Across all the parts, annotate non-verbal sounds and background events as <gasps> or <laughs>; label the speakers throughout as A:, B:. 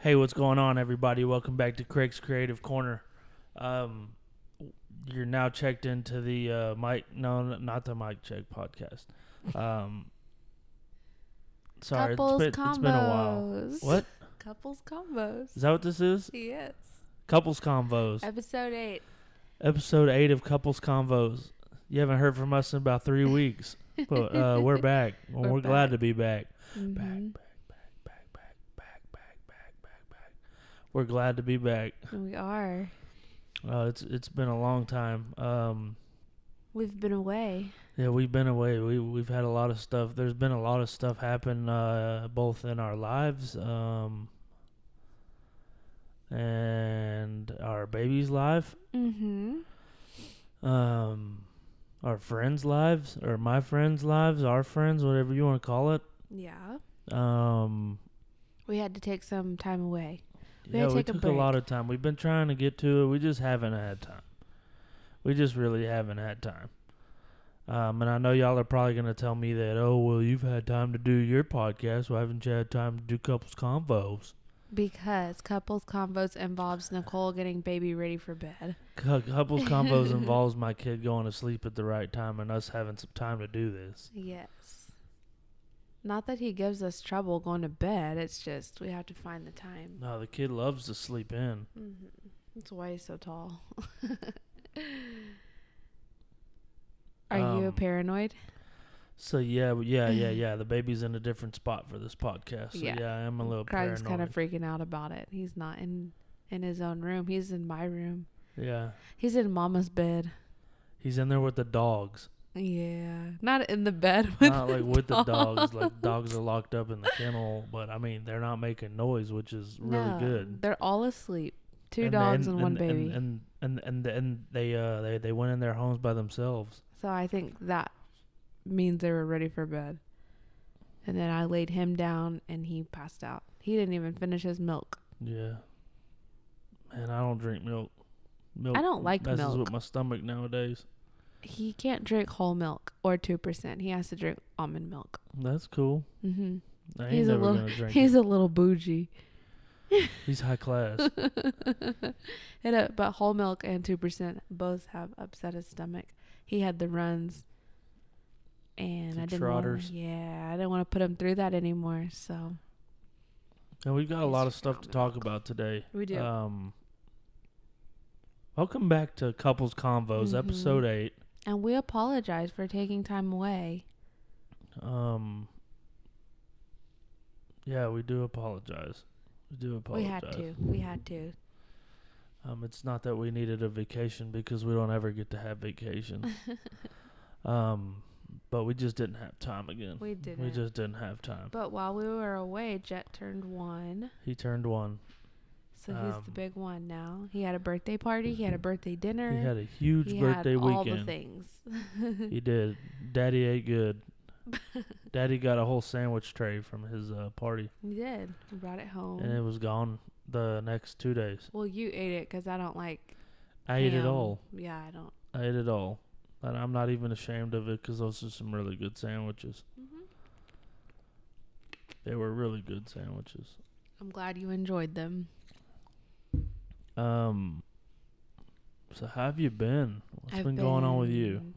A: Hey, what's going on, everybody? Welcome back to Craig's Creative Corner. Um, you're now checked into the uh, mic. No, n- not the mic check podcast. Um, sorry, it's
B: Couples
A: been, it's been a while.
B: combos.
A: What
B: Couples combos.
A: is that? What this is?
B: Yes.
A: Couples convos.
B: Episode eight.
A: episode eight of Couples Convos. You haven't heard from us in about three weeks, but uh, we're back. and we're
B: We're
A: glad
B: back.
A: to be back. Back,
B: Mhm.
A: back, back, back, back, back, back, back, back, back. We're glad to be back.
B: We are.
A: Uh, it's it's been a long time. Um,
B: We've been away.
A: yeah, we've been away. We we've had a lot of stuff. There's been a lot of stuff happen, uh, both in our lives, um, and our baby's life.
B: Mm-hmm.
A: um our friends' lives or my friends' lives, our friends, whatever you want to call it.
B: Yeah.
A: Um
B: We had to take some time away. We
A: yeah,
B: gotta
A: we
B: take a
A: took a, lot of time. We've been trying to get to it. We just haven't had time. We just really haven't had time. Um, and I know y'all are probably gonna tell me that, oh well, you've had time to do your podcast. Why haven't you had time to do couples convos?
B: Because couples combos involves Nicole getting baby ready for bed.
A: Cou- Couples
B: <laughs>
A: convos involves my kid going to sleep at the right time and us having some time to do this.
B: Yes. Not that he gives us trouble going to bed. It's just we have to find the time.
A: No, the kid loves to sleep in.
B: Mm-hmm. That's why he's so tall. <laughs> Are you
A: Um,
B: paranoid?
A: So yeah, w- yeah,
B: <laughs>
A: yeah, yeah. The baby's in a different spot for this podcast. So yeah,
B: Yeah.
A: I am a little
B: Craig's
A: paranoid.
B: kind of freaking out about it. He's not in in his own room. He's in my room.
A: yeah,
B: He's in Mama's bed.
A: he's in there with the dogs,
B: Yeah, not in the bed <laughs> with
A: not like with the dogs. Like dogs are locked up in the kennel, but I mean they're not making noise, which is really
B: No,
A: good.
B: They're all asleep. Two
A: And they-
B: dogs and, one baby.
A: and and and and, and they uh they, they went in their homes by themselves.
B: so I think that means they were ready for bed. And then I laid him down and he passed out. He didn't even finish his milk.
A: Yeah, man, I don't drink milk. Milk
B: I don't like
A: messes
B: milk.
A: with my stomach nowadays.
B: He can't drink whole milk or 2%. He has to drink almond milk.
A: That's cool.
B: hmm
A: I ain't
B: He's a
A: never
B: little-
A: gonna drink.
B: <laughs> He's
A: it.
B: a little bougie.
A: he's high
B: <laughs>
A: class.
B: it, uh, but whole milk and two percent both have upset his stomach. He had the runs, and
A: The
B: I didn't. Wanna,
A: trotters.
B: yeah, I didn't want to put him through that anymore. So
A: And we've got a
B: He's
A: lot of stuff to talk
B: phenomenal.
A: about today.
B: We do.
A: Um, welcome back to Couples Convos,
B: Mhm.
A: episode eight.
B: and we apologize for taking time away.
A: Um, yeah, we do apologize. We do apologize.
B: We had to. We had to.
A: Um, it's not that we needed a vacation because we don't ever get to have
B: <laughs>
A: vacation. um, but we just didn't have time again.
B: We
A: We
B: didn't.
A: just didn't have time.
B: But while we were away, Jet turned one,
A: He turned one.
B: so he's the
A: Um,
B: big one now. He had a birthday party. He had a birthday dinner.
A: He had a huge
B: He had
A: birthday
B: all the
A: weekend.
B: things. <laughs>
A: He did. Daddy ate good. Daddy got a whole sandwich tray from his uh, party,
B: He did. He brought it home.
A: and it was gone the next two days.
B: well, you ate it because I don't like
A: I ate it
B: ham.
A: all.
B: Yeah, I don't.
A: I ate it all, and I'm not even ashamed of it because those are some really good sandwiches.
B: Mm-hmm.
A: They were really good sandwiches.
B: I'm glad you enjoyed them.
A: Um. So how have you been? What's been, going on with you?
B: been-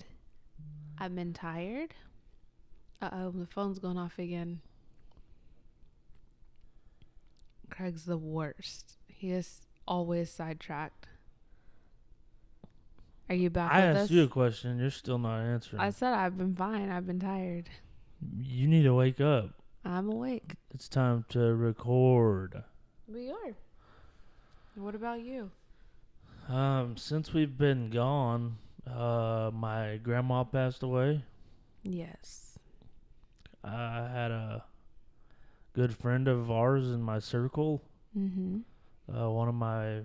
B: I've been tired. Uh oh, the phone's going off again. Craig's the worst. He is always sidetracked. Are you back
A: I
B: with
A: asked
B: us?
A: you a question. You're still not answering.
B: I said I've been fine. I've been tired.
A: you need to wake up.
B: I'm awake.
A: It's time to record.
B: We are. What about you?
A: Um, since we've been gone, uh, my grandma passed away.
B: Yes.
A: I had a good friend of ours in my circle.
B: Mm-hmm.
A: Uh, one of my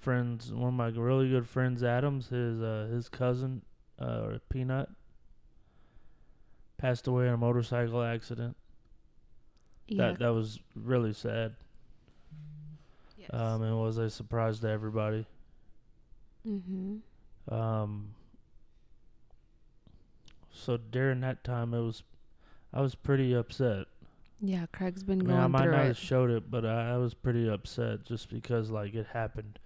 A: friends, one of my really good friends, Adams, his uh, his cousin, uh, or Peanut, passed away in a motorcycle accident.
B: Yeah.
A: That that was really sad.
B: yes.
A: Um, and was a surprise to everybody.
B: mm-hmm.
A: Um. So during that time, it was, I was pretty upset.
B: Yeah, Craig's been
A: I
B: going
A: mean, I might
B: through
A: not
B: it.
A: have showed it, but I, I was pretty upset just because like it happened.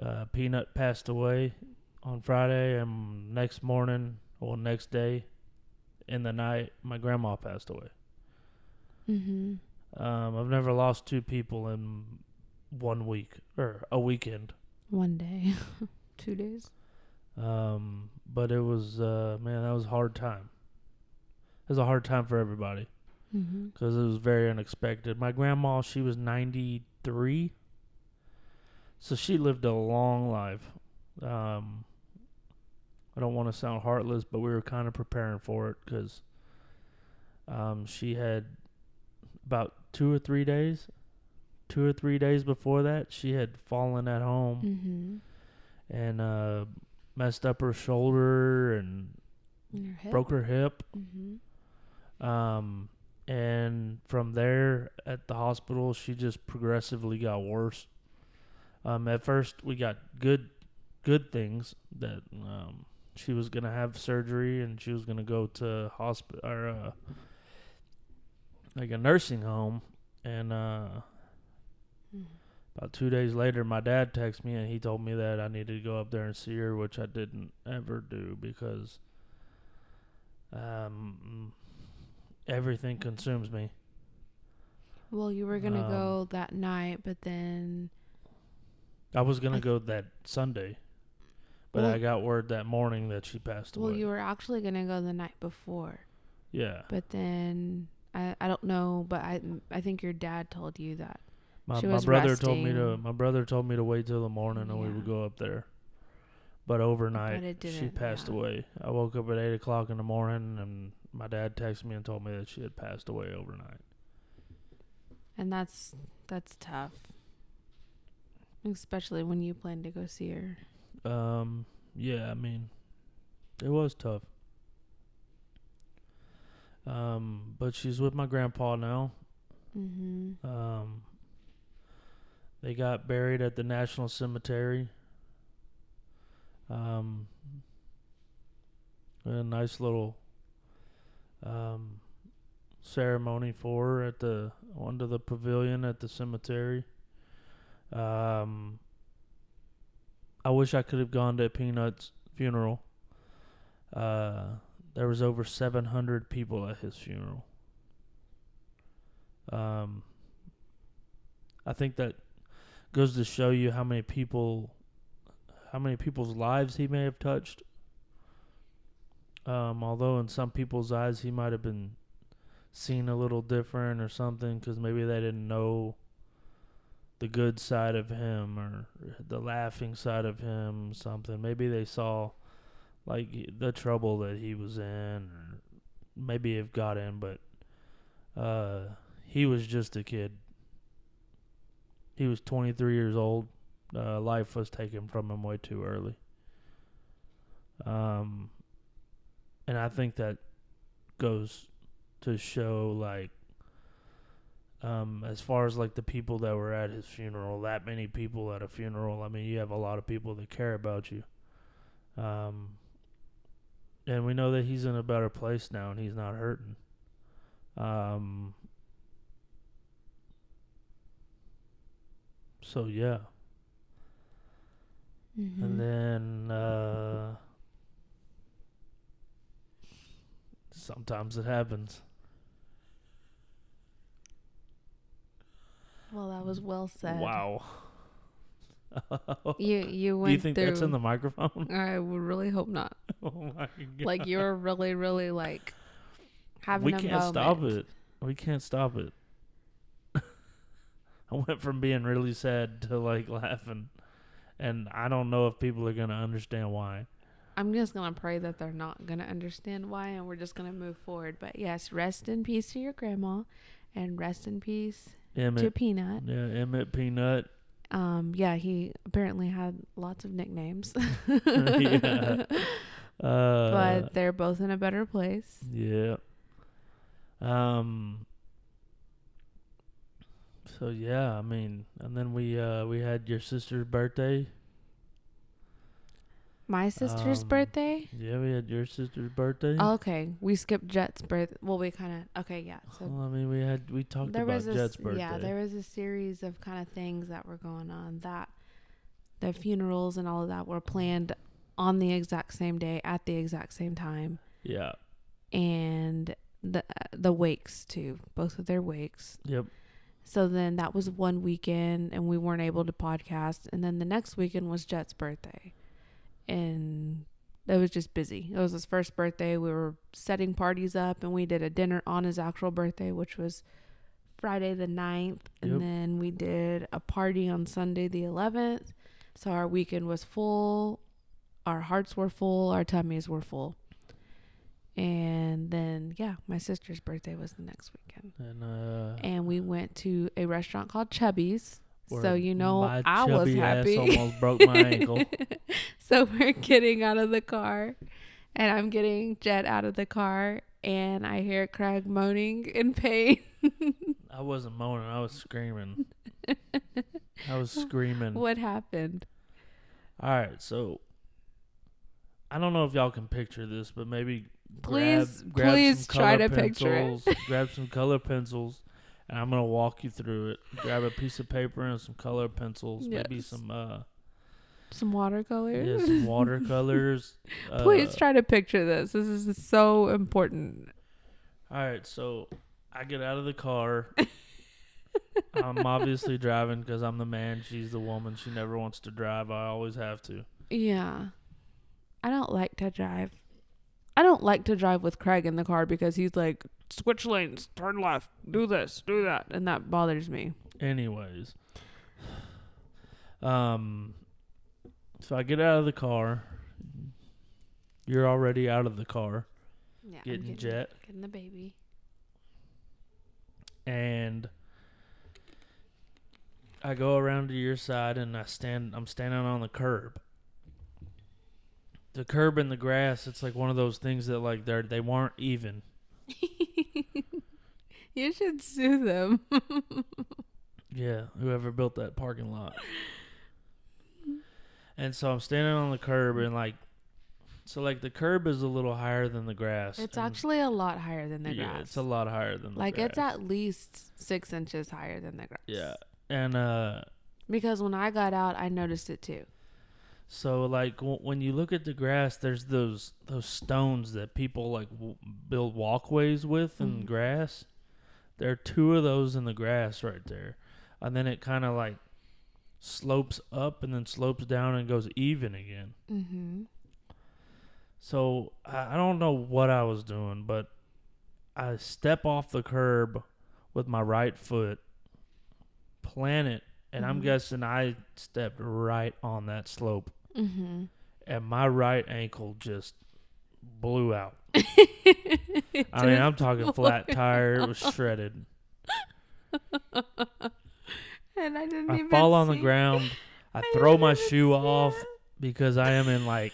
A: Uh, Peanut passed away on Friday, and next morning, well, next day, in the night, my grandma passed away.
B: mm-hmm.
A: Um, I've never lost two people in one week or a weekend.
B: One day, <laughs> two days.
A: Um, but it was uh, man, that was a hard time. It was a hard time for everybody.
B: Mm-hmm.
A: because it was very unexpected. My grandma, she was 93, so she lived a long life. Um, I don't want to sound heartless, but we were kind of preparing for it because um, she had about two or three days, two or three days before that, she had fallen at home
B: Mm-hmm.
A: and uh, messed up her shoulder and
B: And your hip.
A: broke her hip.
B: Mm-hmm.
A: Um, and from there at the hospital, she just progressively got worse. Um, at first, we got good, good things that um, she was gonna have surgery and she was gonna go to hospital or uh, like a nursing home. And uh,
B: Mm-hmm.
A: about two days later, my dad texted me and he told me that I needed to go up there and see her, which I didn't ever do because um, everything consumes me.
B: Well, you were gonna
A: Um,
B: go that night, but then
A: I was gonna
B: I th-
A: go that Sunday, but
B: Well-
A: I got word that morning that she passed away.
B: well, you were actually gonna go the night before,
A: yeah,
B: but then I I don't know, but I I think your dad told you that.
A: my,
B: she
A: my
B: was
A: brother told me to
B: resting.
A: my brother told me to wait till the morning and we would
B: Yeah.
A: go up there. But overnight,
B: it
A: she
B: didn't,
A: passed
B: yeah.
A: away. I woke up at eight o'clock in the morning, and my dad texted me and told me that she had passed away overnight.
B: And that's that's tough. Especially when you plan to go see her.
A: Um, yeah, I mean, it was tough. Um, but she's with my grandpa now.
B: Mm-hmm.
A: Um, they got buried at the National Cemetery. Um, a nice little um, ceremony for her at the under the pavilion at the cemetery. Um, I wish I could have gone to Peanut's funeral. Uh, there was over 700 people at his funeral. Um, I think that goes to show you how many people, how many people's lives he may have touched. Um, although in some people's eyes he might have been seen a little different or something, because maybe they didn't know the good side of him or the laughing side of him, something. Maybe they saw like the trouble that he was in, or maybe have got in, but uh, he was just a kid he was 23 years old. Uh, life was taken from him way too early. Um, and I think that goes to show, like, um, as far as like the people that were at his funeral, that many people at a funeral. I mean, you have a lot of people that care about you. Um, and we know that he's in a better place now, and he's not hurting. Um, so yeah.
B: Mm-hmm.
A: And then uh, sometimes it happens.
B: well, that was well said.
A: Wow. <laughs>
B: You you
A: Do
B: went
A: you think
B: through.
A: that's in the microphone? <laughs>
B: I would really hope not.
A: oh
B: <laughs>
A: my god.
B: Like
A: <laughs>
B: you were really really like having.
A: we
B: a
A: can't stop
B: moment.
A: it. We can't stop it. <laughs> I went from being really sad to like laughing. And I don't know if people are going to understand why.
B: I'm just gonna pray that they're not gonna understand why, and we're just gonna move forward. But yes, rest in peace to your grandma, and rest in peace to
A: Emmett.
B: Peanut.
A: Yeah, Emmett Peanut.
B: Um, yeah, he apparently had lots of nicknames.
A: <laughs> Yeah. Uh,
B: <laughs> but they're both in a better place.
A: Yeah. Um. So yeah, I mean, and then we uh we had your sister's birthday.
B: My sister's
A: Um,
B: birthday.
A: Yeah, we had your sister's birthday.
B: Okay, we skipped Jet's birth. Well, we kind of okay, yeah. So
A: well, I mean, we had we talked
B: there
A: about
B: was a
A: Jet's
B: s-
A: birthday.
B: yeah, there was a series of kind of things that were going on that the funerals and all of that were planned on the exact same day at the exact same time,
A: yeah.
B: and the uh, the wakes too, both of their wakes.
A: Yep.
B: So then that was one weekend, and we weren't able to podcast. And then the next weekend was Jet's birthday, and it was just busy. It was his first birthday. We were setting parties up, and we did a dinner on his actual birthday, which was Friday the 9th. And
A: Yep.
B: then we did a party on Sunday the 11th. So our weekend was full. Our hearts were full. Our tummies were full. And then, yeah, my sister's birthday was the next weekend
A: And uh,
B: and we went to a restaurant called Chubby's.
A: where
B: so you know
A: my
B: I was
A: chubby ass
B: happy.
A: almost broke my ankle.
B: <laughs> so we're getting out of the car, and I'm getting Jet out of the car, and I hear Craig moaning in pain. <laughs>
A: I wasn't moaning. I was screaming. I was screaming.
B: <laughs> what happened?
A: All right, so I don't know if y'all can picture this, but maybe
B: Please-
A: grab, grab
B: please
A: some
B: try
A: color
B: to picture it.
A: pencils, grab some color pencils, and I'm gonna walk you through it. Grab a piece of paper and some color pencils, maybe
B: Yes.
A: some
B: <laughs>
A: uh,
B: Some watercolor.
A: yeah, some watercolors. uh,
B: <laughs> Please try to picture this. This is so important.
A: All right, so I get out of the
B: <laughs>
A: car. I'm obviously driving because I'm the man. She's the woman. She never wants to drive. I always have to.
B: Yeah, I don't like to drive. I don't like to drive with Craig in the car because he's like, switch lanes, turn left, do this, do that, and that bothers me.
A: Anyways, um, so I get out of the car. You're already out of the car,
B: Yeah, I'm
A: getting, jet,
B: Getting the baby.
A: and I go around to your side, and I stand. I'm standing on the curb. The curb and the grass. It's like one of those things that like they're they weren't even.
B: You should sue them.
A: Yeah, whoever built that parking lot. and so I'm standing on the curb and like so like the curb is a little higher than the grass.
B: It's
A: and-
B: actually a lot higher than the
A: yeah,
B: grass.
A: it's a lot higher than the
B: like
A: grass.
B: it's at least six inches higher than the grass.
A: Yeah. And uh
B: Because when I got out, I noticed it too.
A: so like w- when you look at the grass there's those those stones that people like w- build walkways with in
B: Mhm.
A: grass. There are two of those in the grass right there. And then it kind of like slopes up and then slopes down and goes even again.
B: Mm-hmm.
A: So I I don't know what I was doing, but I step off the curb with my right foot, plant it, and I'm
B: Mhm.
A: guessing I stepped right on that slope,
B: Mm-hmm.
A: and my right ankle just blew out. <laughs> I mean, I'm talking flat tire. It was shredded.
B: <laughs> and I didn't
A: I
B: even
A: fall on the
B: see- <laughs>
A: ground. I
B: I
A: throw
B: didn't
A: my
B: even
A: shoe
B: see
A: off
B: it.
A: because I am in
B: <laughs>
A: like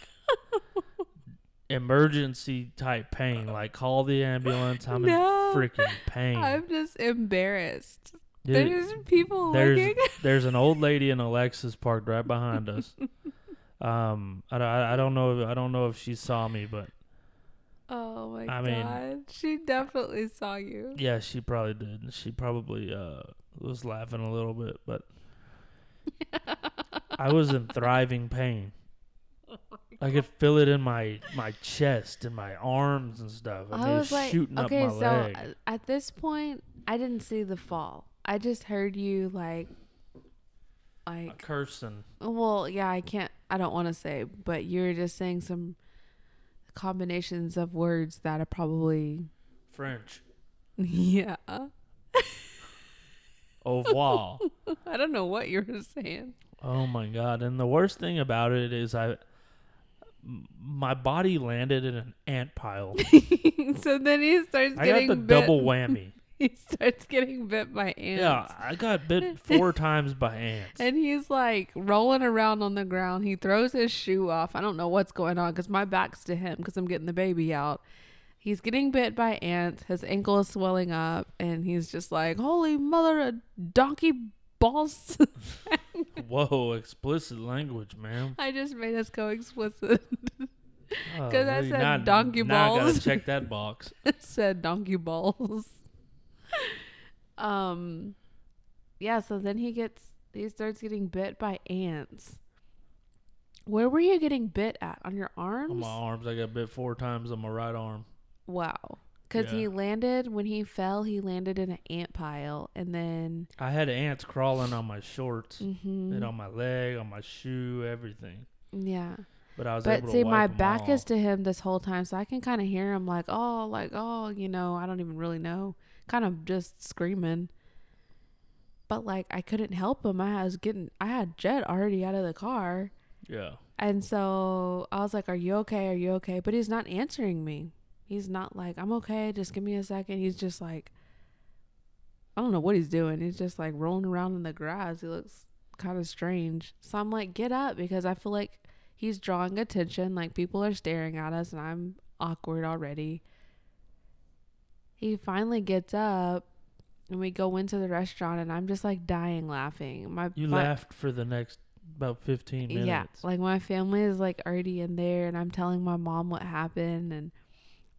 A: emergency type pain. Like call the ambulance. I'm
B: No.
A: in freaking pain.
B: I'm just embarrassed.
A: Dude,
B: there's people
A: there's-
B: looking. <laughs>
A: <laughs> there's an old lady in a Lexus parked right behind us. Um, I, don't- I, I don't know. I don't know if she saw me, but
B: Oh my
A: I
B: god.
A: mean-
B: she definitely saw you.
A: yeah, she probably did. She probably uh was laughing a little bit, but I was in thriving pain. I could feel it in my my chest and my arms and stuff. I,
B: I was like,
A: shooting
B: okay,
A: up
B: so
A: my leg.
B: uh, at this point, I didn't see the fall. I just heard you like,
A: A
B: like,
A: cursing.
B: well, yeah, I can't, I don't want to say, but you were just saying some combinations of words that are probably,
A: French.
B: <laughs> yeah, <laughs>
A: Au revoir.
B: I don't know what you were saying.
A: Oh my god! And the worst thing about it is I, m- my body landed in an ant
B: <laughs>
A: pile.
B: <laughs> so then he starts
A: I got
B: getting
A: the
B: bit.
A: double whammy.
B: <laughs> He starts getting bit by ants.
A: Yeah, I got
B: <laughs>
A: bit four times by ants.
B: And he's like rolling around on the ground. He throws his shoe off. I don't know what's going on because my back's to him because I'm getting the baby out. He's getting bit by ants. His ankle is swelling up, and he's just like, "Holy mother of donkey balls!" <laughs>
A: Whoa, explicit language, ma'am.
B: I just made us go explicit.
A: Oh,
B: <laughs> 'Cause I
A: really?
B: said
A: Now-
B: donkey
A: Now I gotta
B: balls.
A: check that box.
B: <laughs> said donkey balls. um, yeah. So then he gets he starts getting bit by ants. Where were you getting bit at on your
A: On
B: arms?
A: my arms, I got bit four times on my right arm.
B: Wow. Because
A: Yeah.
B: he landed when he fell, he landed in an ant pile, and then
A: I had ants crawling on my shorts,
B: Mhm.
A: and on my leg, on my shoe, everything.
B: yeah.
A: But I was able
B: But
A: to
B: see,
A: wipe
B: my
A: 'em
B: back
A: off.
B: is to him this whole time, so I can kind of hear him like, oh, like oh, you know, I don't even really know, kind of just screaming. But like, I couldn't help him. I was getting, I had Jet already out of the car,
A: yeah.
B: and so I was like, "Are you okay? Are you okay?" But he's not answering me. He's not like, "I'm okay. Just give me a second. He's just like, I don't know what he's doing. He's just like rolling around in the grass. He looks kind of strange. So I'm like, "Get up," because I feel like he's drawing attention. Like people are staring at us, and I'm awkward already. He finally gets up, and we go into the restaurant, and I'm just like dying laughing. My
A: You
B: my-
A: laughed for the next about 15 minutes.
B: yeah, like my family is like already in there, and I'm telling my mom what happened, and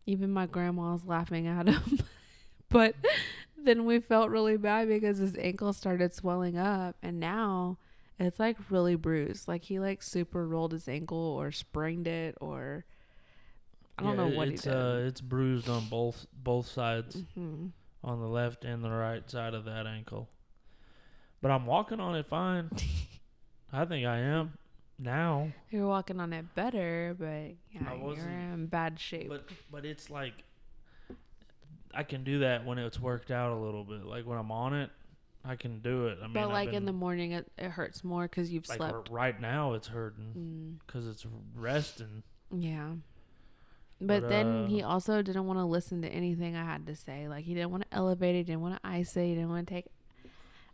B: even my grandma's laughing at <laughs> him. but then we felt really bad because his ankle started swelling up, and now it's like really bruised. Like he like super rolled his ankle or sprained it, or I don't
A: Yeah,
B: know
A: it-
B: what he
A: it's,
B: did.
A: Uh, it's bruised on both both sides,
B: Mhm.
A: on the left and the right side of that ankle. But I'm walking on it
B: <laughs>
A: fine. I think I am now.
B: You're walking on it better, but yeah,
A: wasn't,
B: you're in bad shape.
A: But but it's like I can do that when it's worked out a little bit. Like when I'm on it, I can do it. I mean,
B: but
A: I've
B: like in
A: been-
B: the morning, it, it hurts more because you've
A: like
B: slept.
A: r- right now, it's hurting
B: Mm.
A: because it's resting.
B: Yeah. But,
A: But,
B: then
A: uh,
B: he also didn't want to listen to anything I had to say. Like he didn't want to elevate it, didn't want to ice it, he didn't want to take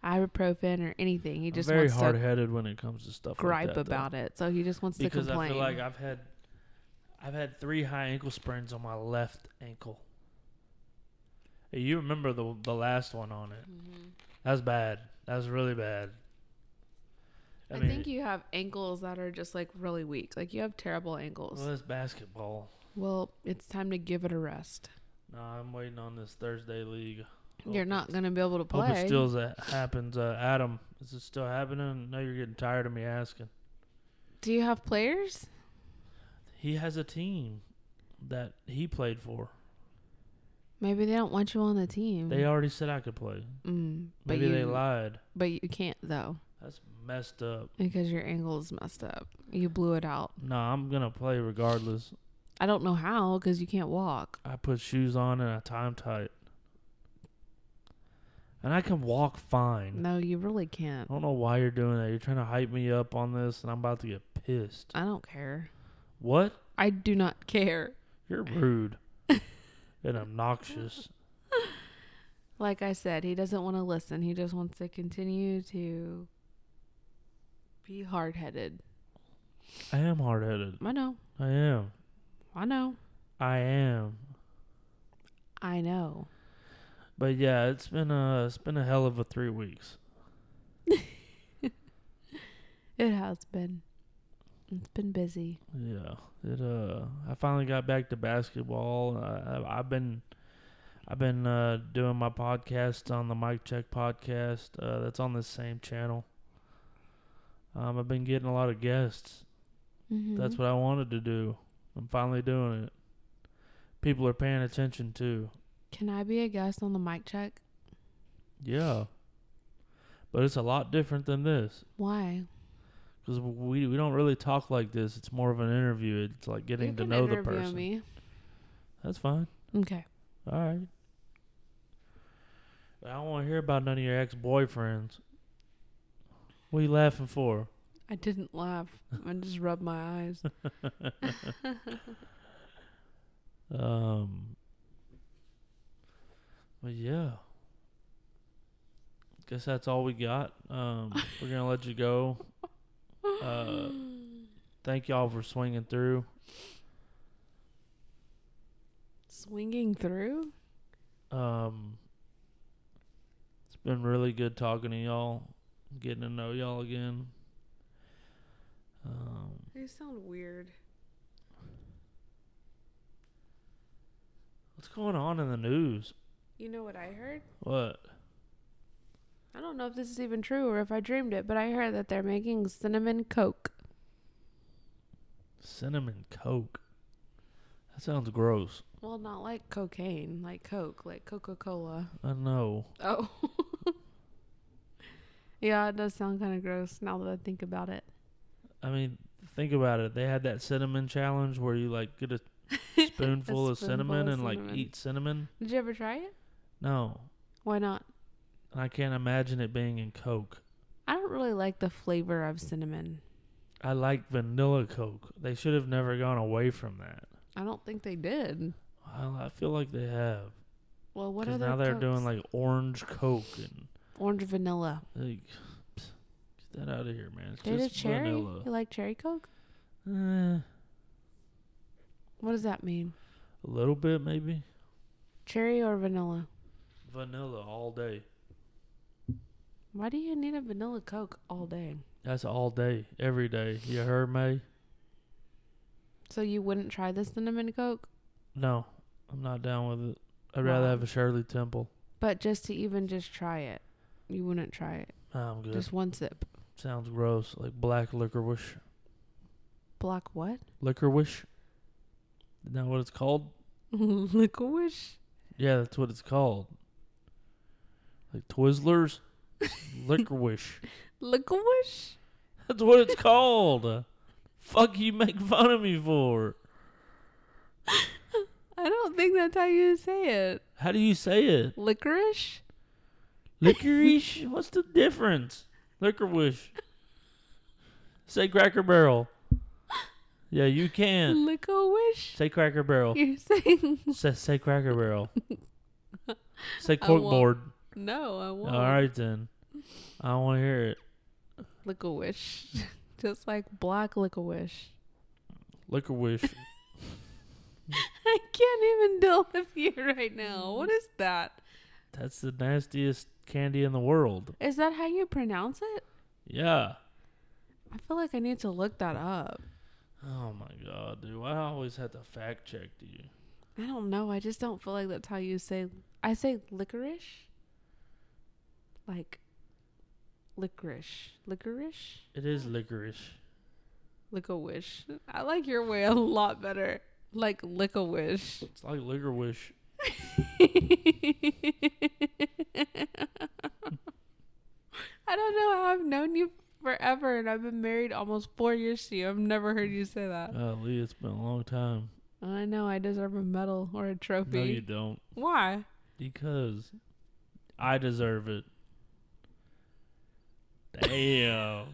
B: ibuprofen or anything. He
A: I'm
B: just
A: very
B: wants
A: hard
B: to
A: headed when it comes to stuff.
B: gripe
A: like that, though.
B: about it. So he just wants
A: because
B: to complain.
A: I feel like I've had I've had three high ankle sprains on my left ankle. Hey, You remember the the last one on it?
B: Mm-hmm.
A: That was bad. That was really bad.
B: I think you have ankles that are just like really weak. Like you have terrible ankles.
A: Well, it's basketball.
B: Well, it's time to give it a rest.
A: No, I'm waiting on this Thursday league. Hope
B: You're
A: it-
B: not gonna be able to
A: Oh, Hope
B: play.
A: it still uh, happens. Uh, Adam, is it still happening? No, you're getting tired of me asking.
B: Do you have players?
A: He has a team that he played for.
B: Maybe they don't want you on the team.
A: They already said I could play.
B: Mm, Mm-hmm. but
A: Maybe
B: you,
A: they lied.
B: But you can't though
A: That's messed up.
B: because your ankle's messed up. You blew it out.
A: No, I'm gonna play regardless.
B: I don't know how because you can't walk.
A: I put shoes on and I tie 'em tight, and I can walk fine.
B: No, you really can't.
A: I don't know why you're doing that. You're trying to hype me up on this, and I'm about to get pissed.
B: I don't care.
A: What?
B: I do not <laughs> care.
A: You're rude and obnoxious.
B: Like I said, he doesn't want to listen. He just wants to continue to be hard headed.
A: I am hard headed.
B: I know.
A: I am.
B: I know.
A: I am.
B: I know.
A: But yeah, it's been a it's been a hell of a three weeks.
B: It has been. It's been busy.
A: Yeah, it. Uh, I finally got back to basketball. I, I, I've been, I've been uh, doing my podcast on the Mike Check podcast. Uh, that's on this same channel. Um, I've been getting a lot of guests.
B: Mm-hmm.
A: That's what I wanted to do. I'm finally doing it. People are paying attention too.
B: Can I be a guest on the mic check?
A: Yeah, but it's a lot different than this
B: Why?
A: because we we don't really talk like this. It's more of an interview. It's like getting
B: you
A: to
B: can
A: know the
B: interview
A: person.
B: me.
A: That's fine.
B: Okay.
A: All right. But I don't want to hear about none of your ex boyfriends. What you laughing for?
B: I didn't laugh. I just rubbed my eyes.
A: Um. But yeah. Guess that's all we got. <laughs> Um, we're gonna let you go. <laughs> Uh, thank y'all for swinging through.
B: <gasps> Swinging through?
A: Um, it's been really good talking to y'all. getting to know y'all again. Um,
B: You sound weird.
A: what's going on in the news?
B: You know what I heard?
A: What?
B: I don't know if this is even true or if I dreamed it, but I heard that they're making cinnamon coke.
A: Cinnamon Coke. That sounds gross.
B: Well, not like cocaine, like coke, like Coca Cola.
A: I know.
B: Oh. <laughs> yeah, it does sound kind of gross now that I think about it. <laughs>
A: I mean, think about it. They had that cinnamon challenge where you like
B: <laughs>
A: get a spoonful of cinnamon
B: of
A: and like
B: cinnamon.
A: eat cinnamon.
B: Did you ever try it?
A: No,
B: Why not?
A: and I can't imagine it being in Coke.
B: I don't really like the flavor of cinnamon.
A: I like vanilla Coke. They should have never gone away from that.
B: I don't think they did.
A: Well, I feel like they have.
B: Well, what are
A: Because now they're doing
B: Cokes?
A: like orange Coke and
B: orange vanilla?
A: like, pfft, get that out of here, man. It's
B: They did
A: just
B: cherry.
A: vanilla.
B: You like cherry coke?
A: Eh,
B: What does that mean?
A: a little bit maybe.
B: Cherry or vanilla?
A: Vanilla all day.
B: Why do you need a vanilla coke all day?
A: That's all day, every day. You heard me?
B: So you wouldn't try the cinnamon coke?
A: No, I'm not down with it. I'd rather
B: Wow.
A: have a Shirley Temple.
B: But just to even just try it, you wouldn't try it.
A: Nah, I'm good.
B: Just one sip.
A: Sounds gross, like black licorice.
B: Black what? <laughs>
A: Licorice? Isn't that what it's called?
B: Licorice.
A: Yeah, that's what it's called. Like Twizzlers? licorice.
B: Licorice?
A: That's what it's called. Fuck you make fun of me for.
B: I don't think that's how you say it.
A: How do you say it?
B: Licorice?
A: Licorice? What's the difference? Licorice. Say Cracker Barrel. Yeah, you can.
B: Licorice?
A: Say Cracker Barrel.
B: You're <laughs> saying
A: Say, say Cracker Barrel. say
B: I won't.
A: corkboard.
B: no, I won't.
A: All right then. I don't want to hear it.
B: Licorice. <laughs> just like black licorice. <laughs>
A: Licorice.
B: I can't even deal with you right now. What is that?
A: That's the nastiest candy in the world.
B: Is that how you pronounce it?
A: Yeah.
B: I feel like I need to look that up.
A: Oh my god, dude. Why do I always have to fact check you?
B: I don't know. I just don't feel like that's how you say. I say licorice. Like licorice, licorice,
A: It is licorice.
B: licorice. I like your way a lot better. Like licorice. <laughs>
A: It's like licorice.
B: I don't know how I've known you forever and I've been married almost four years to you. I've never heard you say that.
A: Golly, it's been a long time.
B: I know I deserve a medal or a trophy.
A: No, you don't.
B: Why? <laughs>
A: Because I deserve it. Damn.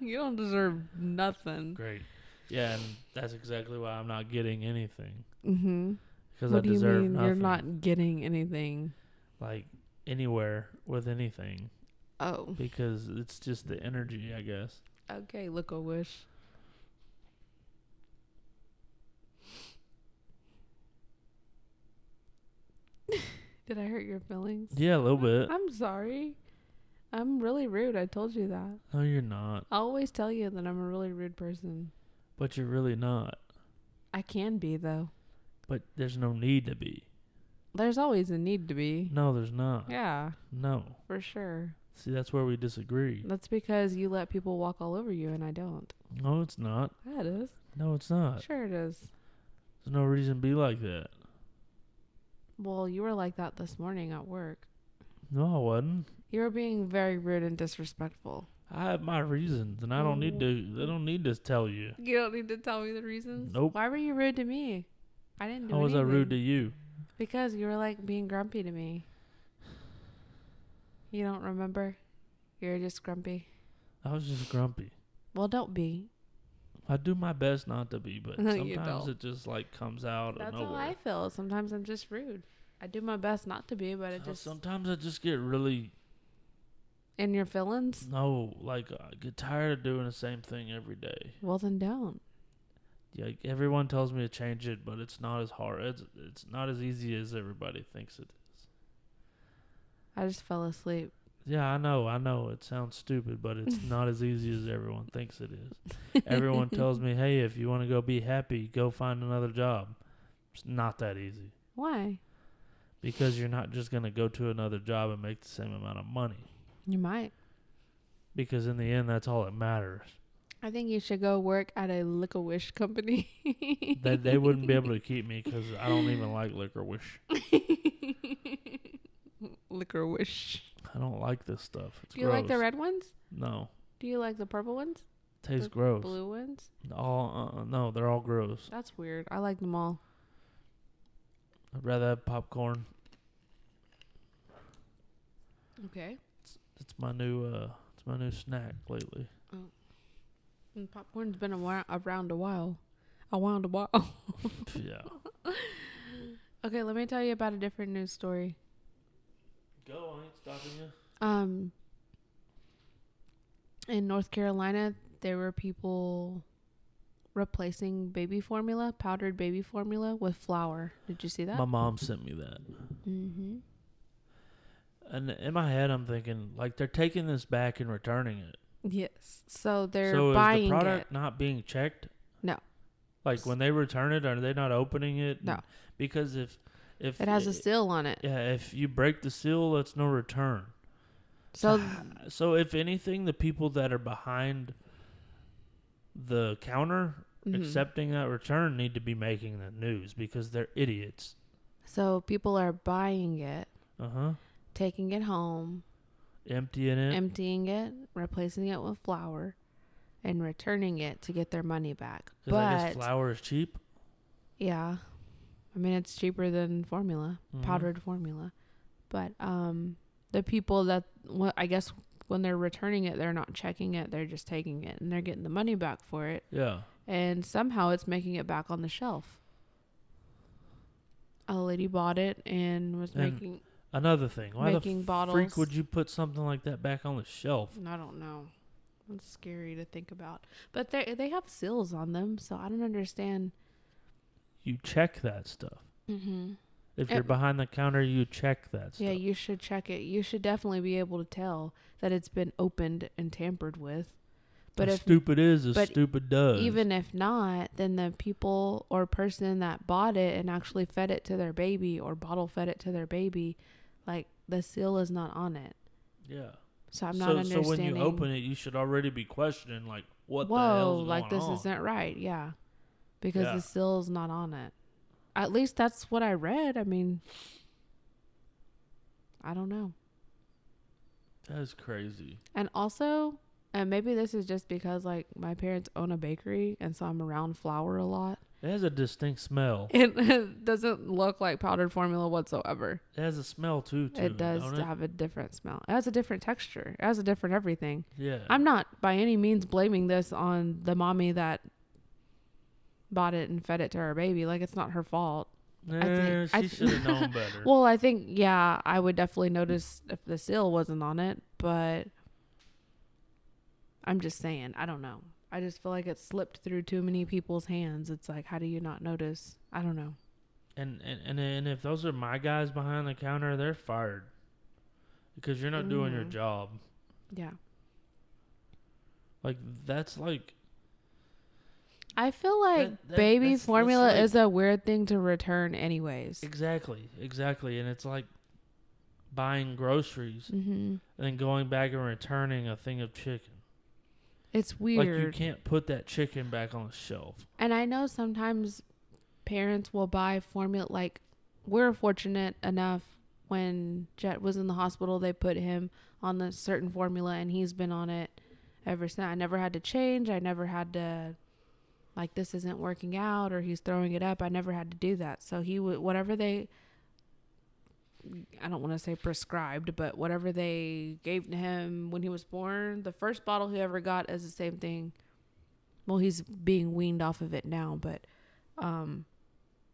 B: you don't deserve nothing.
A: Great. Yeah, and that's exactly why I'm not getting anything.
B: Mm-hmm.
A: Because I
B: What do you
A: deserve
B: mean
A: nothing.
B: you're not getting anything?
A: like anywhere with anything
B: Oh,
A: because it's just the energy, I guess.
B: okay. Look a wish. <laughs> Did I hurt your feelings?
A: Yeah, a little bit.
B: I'm sorry. I'm really rude. I told you that.
A: No, you're not.
B: I always tell you that I'm a really rude person.
A: But you're really not.
B: I can be though.
A: But there's no need to be.
B: There's always a need to be.
A: No, there's not.
B: Yeah,
A: No.
B: for sure.
A: See, that's where we disagree.
B: That's because you let people walk all over you and I don't.
A: No, it's not.
B: That is.
A: No, it's not.
B: Sure it is.
A: There's no reason to be like that.
B: Well, you were like that this morning at work.
A: No, I wasn't.
B: You were being very rude and disrespectful.
A: I have my reasons, and I don't need
B: Mm-hmm.
A: to. I don't need to tell you.
B: You don't need to tell me the reasons.
A: Nope.
B: Why were you rude to me? I didn't do
A: How was I rude
B: anything.
A: to you?
B: Because you were like being grumpy to me. You don't remember? You're just grumpy.
A: I was just grumpy.
B: Well, don't be.
A: I do my best not to be, but
B: No, <laughs> you
A: sometimes
B: don't.
A: it just like comes out
B: That's
A: of nowhere.
B: how I feel. Sometimes I'm just rude. I do my best not to be, but it
A: So
B: just
A: Sometimes I just get really
B: in your feelings.
A: no, like I get tired of doing the same thing every day.
B: Well, then don't.
A: Yeah, Like everyone tells me to change it, but it's not as hard. It's it's not as easy as everybody thinks it is.
B: I just fell asleep.
A: Yeah, I know, I know. It sounds stupid, but
B: <laughs>
A: it's not as easy as everyone thinks it is. Everyone tells me, "Hey, if you want to go be happy, go find another job." It's not that easy
B: Why?
A: because you're not just going to go to another job and make the same amount of money.
B: You might.
A: Because in the end, that's all that matters.
B: I think you should go work at a lick a wish company. <laughs>
A: they, they wouldn't be able to keep me because I don't even like liquor wish.
B: <laughs> Liquor wish.
A: I don't like this stuff. It's
B: Do you like the
A: gross.
B: red ones?
A: No,
B: Do you like the purple ones?
A: tastes
B: The
A: gross.
B: Blue ones?
A: All uh, no, they're all gross.
B: That's weird. I like them all.
A: I'd rather have popcorn.
B: Okay.
A: It's my new uh, it's my new snack lately.
B: And popcorn's been a while, around a while. A while a while. <laughs>
A: yeah.
B: okay, let me tell you about a different news story.
A: Go, I ain't stopping you.
B: Um in North Carolina, there were people replacing baby formula, powdered baby formula with flour. Did you see that?
A: My
B: <laughs>
A: mom sent me that,
B: Mhm.
A: and in my head, I'm thinking like they're taking this back and returning it.
B: Yes. So they're
A: so
B: buying
A: is the
B: it.
A: product not being checked?
B: No.
A: Like when they return it, are they not opening it?
B: No.
A: Because if if
B: It has a seal on it.
A: yeah, if you break the seal, that's no return. <sighs>
B: So mm-hmm.
A: So if anything, the people that are behind the counter
B: mhm.
A: accepting that return need to be making the news because they're idiots.
B: so people are buying it,
A: Uh huh.
B: taking it home,
A: Emptying it.
B: emptying it, replacing it with flour, and returning it to get their money back.
A: 'Cause I guess
B: But
A: flour is cheap.
B: yeah, I mean it's cheaper than formula,
A: Mhm.
B: powdered formula. But um, the people that well, I guess when they're returning it, they're not checking it; they're just taking it, and they're getting the money back for it.
A: Yeah.
B: and somehow it's making it back on the shelf. A lady bought it and was
A: And-
B: making.
A: Another thing. Why
B: Making
A: the
B: bottles.
A: freak would you put something like that back on the shelf?
B: I don't know. It's scary to think about, but they they have seals on them, so I don't understand.
A: You check that stuff.
B: Mm-hmm.
A: If
B: Uh,
A: you're behind the counter, you check that stuff.
B: Yeah, you should check it. You should definitely be able to tell that it's been opened and tampered with. But
A: As
B: if
A: stupid is, as
B: but
A: stupid does.
B: even if not, then the people or person that bought it and actually fed it to their baby or bottle fed it to their baby, like the seal is not on it.
A: yeah.
B: So I'm
A: so,
B: not understanding.
A: so when you open it, you should already be questioning like, what
B: whoa,
A: the hell is
B: like
A: going
B: this
A: on?
B: isn't right. Yeah, because
A: Yeah.
B: the seal's not on it. At least that's what I read. I mean, I don't know.
A: That is crazy.
B: And also, and maybe this is just because like my parents own a bakery, and so I'm around flour a lot. <laughs>
A: It has a distinct smell.
B: It, doesn't look like powdered formula whatsoever.
A: It has a smell too. To
B: it does uh,
A: don't it?
B: have a different smell. It has a different texture. It has a different everything.
A: Yeah.
B: I'm not by any means blaming this on the mommy that bought it and fed it to her baby. Like it's not her fault.
A: Eh,
B: think- I
A: she
B: th-
A: should have
B: <laughs>
A: known better.
B: Well, I think yeah, I would definitely notice if the seal wasn't on it, but I'm just saying, I don't know. I just feel like it slipped through too many people's hands. It's like how do you not notice? I don't know.
A: and, and and and if those are my guys behind the counter, they're fired because you're not doing your
B: Mhm.
A: job.
B: Yeah.
A: Like that's like
B: I feel like
A: That- that-
B: baby
A: that's- that's
B: formula
A: like-
B: is a weird thing to return anyways.
A: exactly, exactly, and it's like buying groceries
B: Mhm.
A: and then going back and returning a thing of chicken.
B: It's
A: Like
B: weird.
A: you can't put that chicken back on the shelf.
B: And I know sometimes parents will buy formula. Like, we're fortunate enough when Jet was in the hospital, they put him on the certain formula, and he's been on it ever since. I never had to change. I never had to, like, this isn't working out or he's throwing it up. I never had to do that. So he would, whatever they, I don't want to say prescribed, but whatever they gave to him when he was born, the first bottle he ever got is the same thing well he's being weaned off of it now but um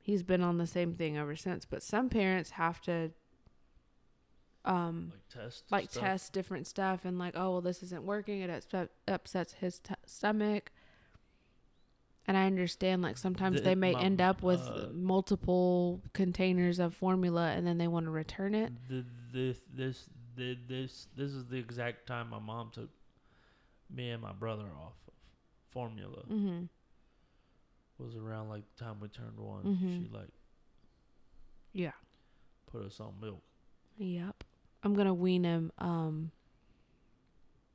B: he's been on the same thing ever since but some parents have to um
A: Like test.
B: like
A: stuff.
B: test different stuff and like oh well this isn't working it upset, upsets his t- stomach and i understand like sometimes
A: The-
B: they may
A: my-
B: end up with
A: uh,
B: multiple containers of formula and then they want to return it
A: Th- this this the, this this is the exact time my mom took me and my brother off of formula.
B: Mm-hmm.
A: Was around like the time we turned one.
B: Mhm.
A: She like
B: Yeah.
A: put us on milk.
B: Yep. I'm gonna wean him. Um.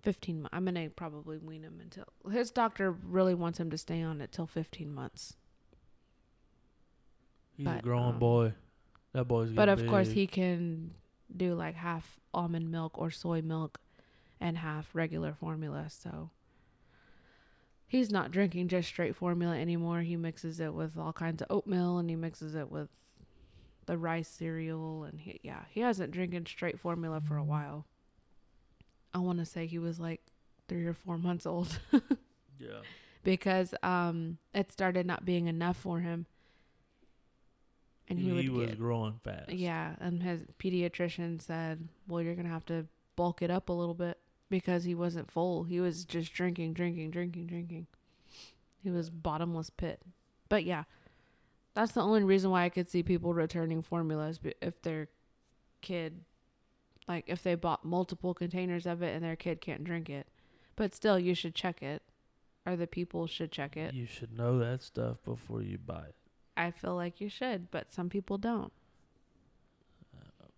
B: Fifteen. Mo- I'm gonna probably wean him until his doctor really wants him to stay on it till fifteen months.
A: He's a
B: But,
A: grown
B: um,
A: boy. That boy's
B: But
A: getting
B: of course,
A: big.
B: he can do like half almond milk or soy milk, and half regular formula. So he's not drinking just straight formula anymore. He mixes it with all kinds of oatmeal, and he mixes it with the rice cereal, and he, yeah, he hasn't drinking straight formula for a while. I want to say he was like three or four months old <laughs>
A: yeah.
B: because um it started not being enough for him, and he, would
A: was
B: get
A: growing fast.
B: yeah, and his pediatrician said, "Well, you're gonna have to bulk it up a little bit because he wasn't full. He was just drinking, drinking, drinking, drinking. He was bottomless pit." But yeah, that's the only reason why I could see people returning formulas b- if their kid, like if they bought multiple containers of it and their kid can't drink it. But still, you should check it, or the people should check it.
A: You should know that stuff before you buy it.
B: I feel like you should, but some people don't.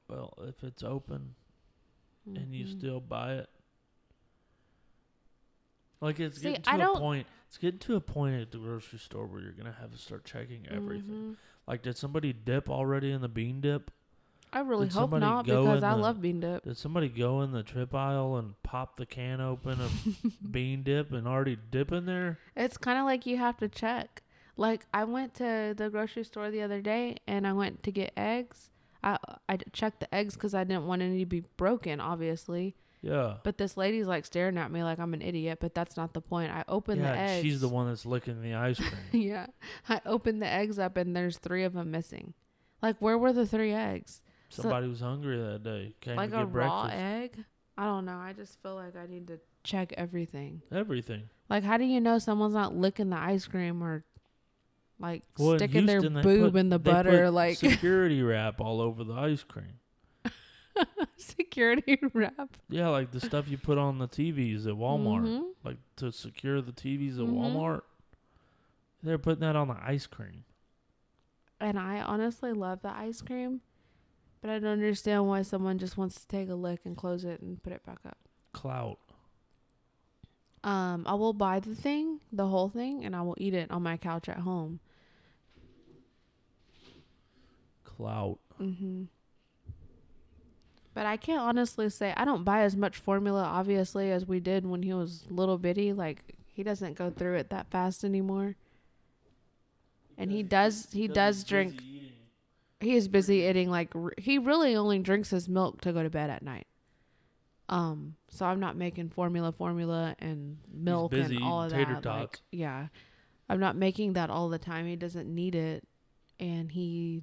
A: Well, if it's open and you
B: Mhm.
A: still buy it, like it's
B: See,
A: getting to
B: I
A: a
B: don't-
A: point. It's getting to a point at the grocery store where you're gonna have to start checking everything.
B: Mhm.
A: Like, did somebody dip already in the bean dip?
B: I really
A: Did
B: hope
A: somebody
B: not
A: go
B: because
A: in
B: I
A: the-
B: love bean dip.
A: Did somebody go in the trip aisle and pop the can open of
B: <laughs>
A: bean dip and already dip in there?
B: It's kind of like you have to check. Like I went to the grocery store the other day and I went to get eggs. I I d- checked the eggs because I didn't want any to be broken, obviously.
A: Yeah.
B: But this lady's like staring at me like I'm an idiot. But that's not the point. I opened
A: yeah,
B: the
A: and
B: eggs.
A: she's the one that's licking the ice cream.
B: yeah, I opened the eggs up and there's three of them missing. Like where were the three eggs? <laughs> So-
A: Somebody was hungry that day. Came
B: like
A: to get
B: a raw
A: breakfast.
B: egg? I don't know. I just feel like I need to check everything.
A: Everything.
B: Like, how do you know someone's not licking the ice cream or like
A: Well, in
B: sticking their
A: Houston, they
B: boob
A: put-
B: in the
A: they
B: butter?
A: put
B: Like
A: security wrap all over the ice cream.
B: <laughs> security <laughs> wrap.
A: Yeah, like the stuff you put on the TVs at Walmart,
B: Mhm.
A: like to secure the TVs at
B: Mhm.
A: Walmart. They're putting that on the ice cream.
B: And I honestly love the ice cream, but I don't understand why someone just wants to take a lick and close it and put it back up.
A: Clout.
B: Um, I will buy the thing, the whole thing, and I will eat it on my couch at home.
A: Clout.
B: Mm-hmm. But I can't honestly say I don't buy as much formula, obviously, as we did when he was little bitty. Like he doesn't go through it that fast anymore. And he does, he does drink. He is busy eating. Like r- he really only drinks his milk to go to bed at night. Um, so I'm not making formula, formula, and milk
A: busy
B: and
A: eating
B: all of
A: tater
B: that. Like,
A: tots.
B: yeah, I'm not making that all the time. He doesn't need it, and he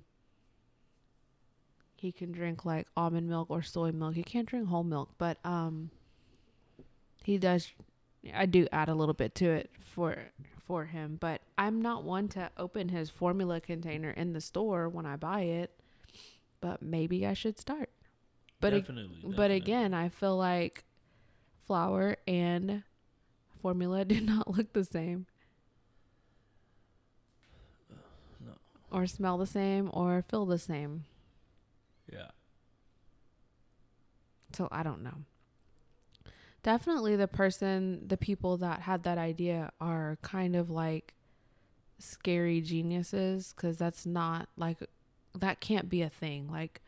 B: he can drink like almond milk or soy milk. He can't drink whole milk, but um, he does. I do add a little bit to it for for him, but I'm not one to open his formula container in the store when I buy it. But maybe I should start. But ag-
A: definitely,
B: but
A: definitely.
B: again, I feel like flour and formula <laughs> do not look the same.
A: Uh, No.
B: Or smell the same or feel the same.
A: yeah,
B: So I don't know. Definitely the person, the people that had that idea are kind of like scary geniuses because that's not like, that can't be a thing. Like,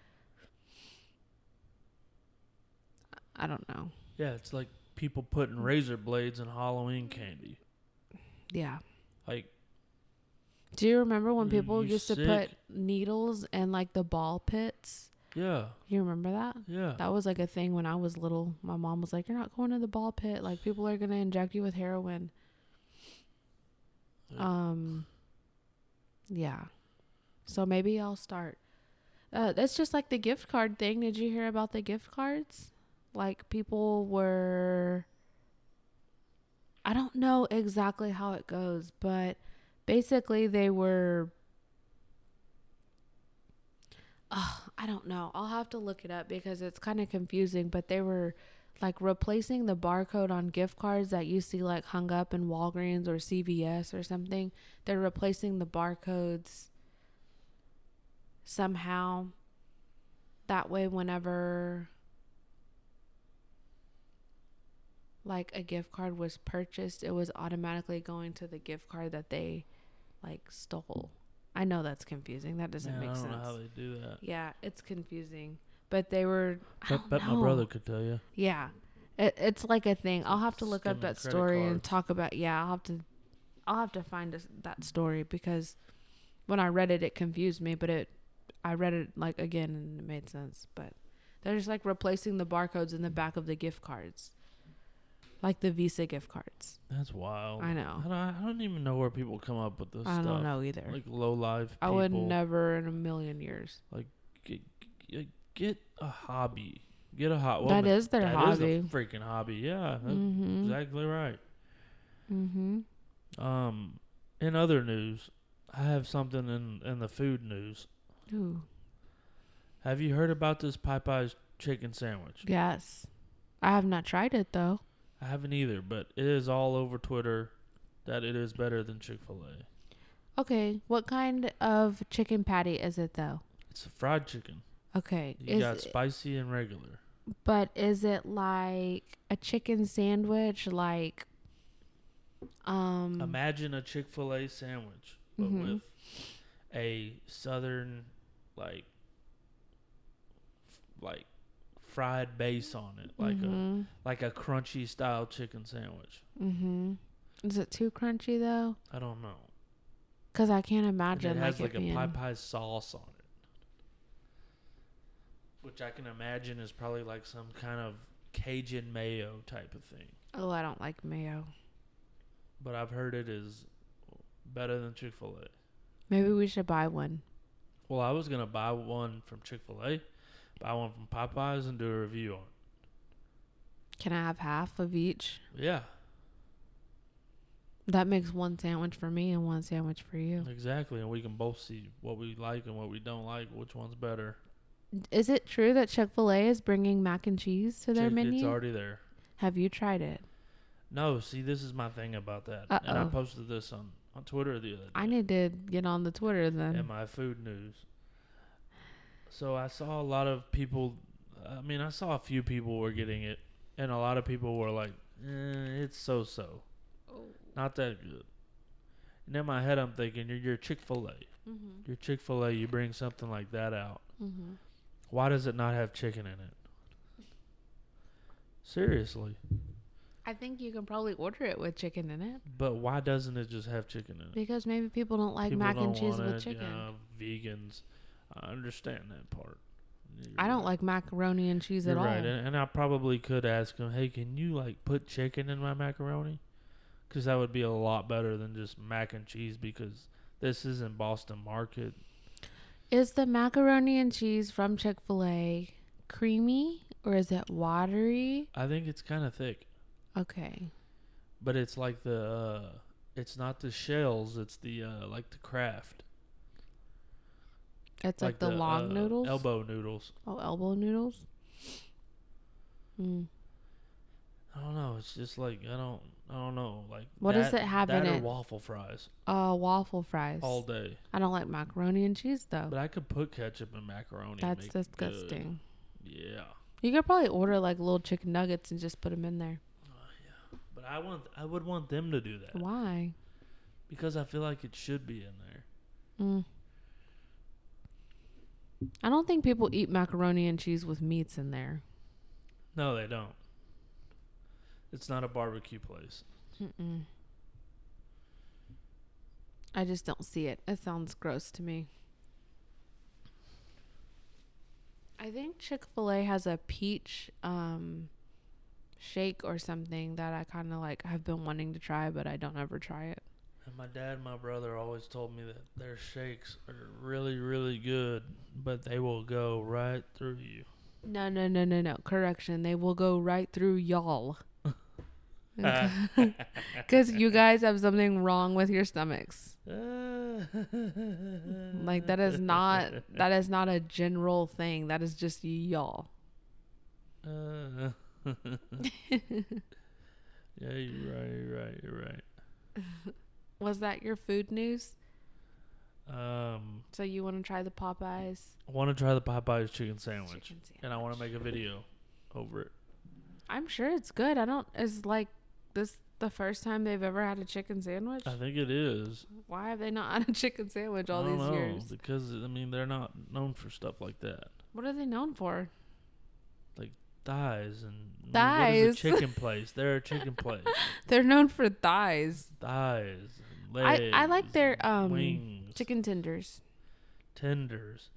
B: I don't know.
A: yeah, it's like people putting razor blades in Halloween candy.
B: Yeah.
A: Like
B: Do you remember when
A: Mm,
B: people
A: you
B: used to
A: sick.
B: put needles in like the ball pits?
A: yeah,
B: You remember that?
A: yeah.
B: That was like a thing when I was little. My mom was like, "You're not going to the ball pit. Like people are going to inject you with heroin."
A: Yeah.
B: Um yeah. So maybe I'll start. Uh, that's just like the gift card thing. Did you hear about the gift cards? Like people were I don't know exactly how it goes, but basically they were Ugh, I don't know. I'll have to look it up because it's kind of confusing, but they were like replacing the barcode on gift cards that you see like hung up in Walgreens or CVS or something. They're replacing the barcodes somehow. That way, whenever like a gift card was purchased, it was automatically going to the gift card that they like stole. I know that's confusing. That doesn't
A: Man,
B: make
A: I don't
B: sense.
A: know how they do that.
B: Yeah, it's confusing. But they were. I
A: Bet,
B: don't
A: bet my
B: know.
A: brother could tell you.
B: Yeah, it, it's like a thing. I'll have to look up
A: Skimming
B: that
A: credit
B: story and
A: cards.
B: talk about. Yeah, I'll have to. I'll have to find us that story because when I read it, it confused me. But it, I read it like again and it made sense. But they're just like replacing the barcodes in the back of the gift cards, like the Visa gift cards.
A: That's wild.
B: I
A: I
B: know.
A: don't, I don't even know where people come up with this
B: I
A: stuff.
B: don't know either.
A: Like low life people.
B: I would never in a million years.
A: Get, get- get a hobby. Get a hobby.
B: that is their hobby.
A: a freaking hobby. Yeah, that's
B: mm-hmm.
A: exactly right.
B: Mm-hmm.
A: Um, in other news, I have something in in the food news.
B: Ooh.
A: Have you heard about this Popeyes chicken sandwich?
B: Yes. I have not tried it though.
A: I haven't either, but it is all over Twitter that it is better than Chick Fil A.
B: Okay. What kind of chicken patty is it though?
A: It's a fried chicken.
B: Okay.
A: You
B: Is
A: got spicy and regular.
B: but is it like a chicken sandwich like um
A: Imagine a Chick Fil A sandwich, but
B: Mhm.
A: with a southern like f- like fried base on it, like a
B: mhm.
A: like a crunchy style chicken sandwich.
B: Mhm. Is it too crunchy though?
A: I don't know.
B: Cuz I can't
A: And
B: imagine
A: it has like,
B: it being
A: a pie pie sauce on it, which I can imagine is probably like some kind of Cajun mayo type of thing.
B: Oh, I don't like mayo.
A: But I've heard it is better than Chick Fil A.
B: Maybe we should buy one.
A: Well, I was gonna buy one from Chick Fil A, buy one from Popeyes, and do a review on.
B: Can I have half of each?
A: It. Yeah,
B: That makes one sandwich for me and one sandwich for you.
A: exactly, and we can both see what we like and what we don't like, which one's better.
B: Is it true that Chick Fil A is bringing mac and cheese to their
A: Chick-
B: menu?
A: It's already there.
B: Have you tried it?
A: No, see, this is my thing about that, and I
B: Uh-oh.
A: posted this on on Twitter the other day.
B: I need to get on the Twitter
A: in
B: then.
A: my food news. So I saw a lot of people. I mean, I saw a few people were getting it, and a lot of people were like, eh, "It's so so,
B: Oh,
A: not that good." And in my head, I'm thinking, "You're, you're Chick Fil A.
B: Mm-hmm.
A: You're Chick Fil A. You bring something like that out.
B: Mm-hmm.
A: Why does it not have chicken in it?" Seriously,
B: I think you can probably order it with chicken in it
A: but why doesn't it just have chicken in it?
B: because maybe people don't like
A: People
B: mac and
A: don't
B: cheese
A: want it,
B: with
A: you
B: chicken.
A: know, vegans, I understand that part.
B: I
A: You're-
B: don't like macaroni and cheese at
A: You're
B: all.
A: right, eh? and, and I probably could ask him, "Hey, can you like put chicken in my macaroni?" Because that would be a lot better than just mac and cheese. Because this isn't Boston Market.
B: Is the macaroni and cheese from Chick Fil A creamy or is it watery?
A: I think it's kind of thick,
B: Okay.
A: but it's like the, uh, it's not the shells. It's the uh, like the craft.
B: It's like, the, long
A: uh,
B: noodles.
A: elbow noodles.
B: Oh, elbow noodles. Mm.
A: I don't know. It's just like I don't, I don't know. Like
B: What does it have
A: that
B: in
A: or
B: it?
A: Waffle fries
B: Uh, waffle fries.
A: all day,
B: I don't like macaroni and cheese though.
A: but I could put ketchup and macaroni. and make
B: That's
A: it good.
B: disgusting.
A: Yeah.
B: You could probably order like little chicken nuggets and just put them in there.
A: But I want I would want them to do that
B: Why?
A: because I feel like it should be in there.
B: Mm. I don't think people eat macaroni and cheese with meats in there.
A: No, they don't. It's not a barbecue place.
B: Mm-mm. I just don't see it. It sounds gross to me. I think Chick Fil A has a peach um, shake or something that I kind of like. I've been wanting to try, but I don't ever try it.
A: And my dad and my brother always told me that their shakes are really really good, but they will go right through
B: <laughs>
A: you.
B: No, no, no, no, no. Correction. They will go right through y'all. Because you guys have something wrong with your stomachs.
A: Uh,
B: Like that is
A: <laughs>
B: <laughs> not that is not a general thing. That is just y'all.
A: Uh, yeah, you're right. You're right. You're right.
B: Was that your food news?
A: Um,
B: So you want to try the Popeyes
A: I want to try the Popeyes chicken sandwich,
B: chicken sandwich?
A: and I want to make a video over it.
B: I'm sure it's good. I don't. Is like this the first time they've ever had a chicken sandwich?
A: I think it is.
B: Why have they not had a chicken sandwich all
A: Uh, I don't
B: these
A: know,
B: years?
A: because I mean they're not known for stuff like that.
B: What are they known for?
A: Thighs and I mean, what is
B: Thighs.
A: a chicken place. They're a chicken
B: <laughs>
A: place.
B: They're known for thighs,
A: Thighs, and
B: I-
A: legs.
B: I like their,
A: and
B: um,
A: wings,
B: chicken tenders.
A: tenders,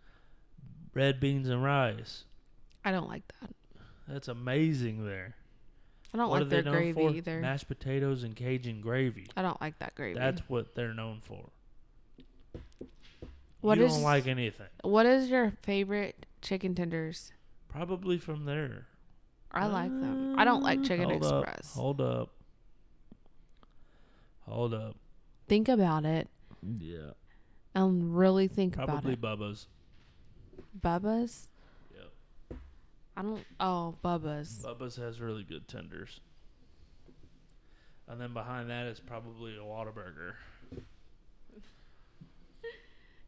A: red beans and rice.
B: I don't like that.
A: That's amazing there.
B: I don't
A: what
B: like
A: are
B: their
A: they known
B: gravy
A: for?
B: either.
A: Mashed potatoes and Cajun gravy.
B: I don't like that gravy.
A: That's what they're known for.
B: What
A: you
B: is-
A: don't like anything.
B: what is your favorite chicken tenders?
A: Probably from there.
B: I like them. I don't like
A: Uh,
B: Chicken
A: hold up,
B: Express.
A: hold up. Hold up.
B: Think about it
A: Yeah.
B: and really think
A: Probably
B: about
A: Bubba's.
B: it. Bubba's.
A: Yeah.
B: I don't. Oh, Bubba's.
A: Bubba's has really good tenders. And then behind that is probably a Whataburger.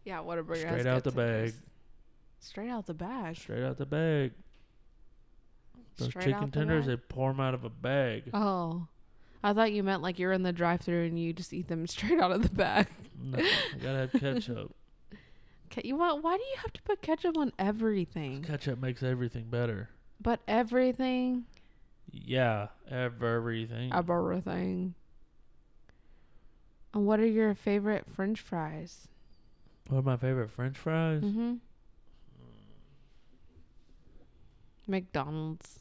B: Yeah, Whataburger. has
A: Straight out
B: good
A: the bag.
B: tenders. Straight out the bag.
A: Straight out the bag. Those
B: Straight
A: chicken
B: out the
A: tenders,
B: bag.
A: they pour them out of a bag.
B: Oh, I thought you meant like you're in the drive-through and you just eat them <laughs> straight out of the bag.
A: no, you gotta have
B: <laughs>
A: ketchup.
B: Ca- You why, why do you have to put ketchup on everything?
A: ketchup makes everything better.
B: But everything,
A: Yeah, everything.
B: everything. And what are your favorite French fries?
A: What are my favorite French fries?
B: Mm-hmm. McDonald's.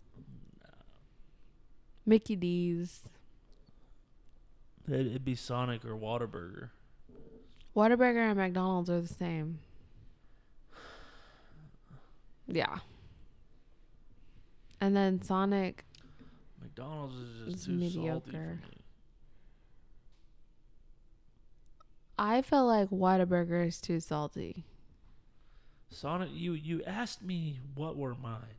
B: Mickey D's. Mm-hmm.
A: It, it'd be Sonic or Whataburger.
B: Whataburger and McDonald's are the same. Yeah. And then Sonic,
A: McDonald's is just
B: It's
A: too salty for
B: mediocre.
A: me.
B: I feel like Whataburger is too salty.
A: Sonic, you you asked me what were mine.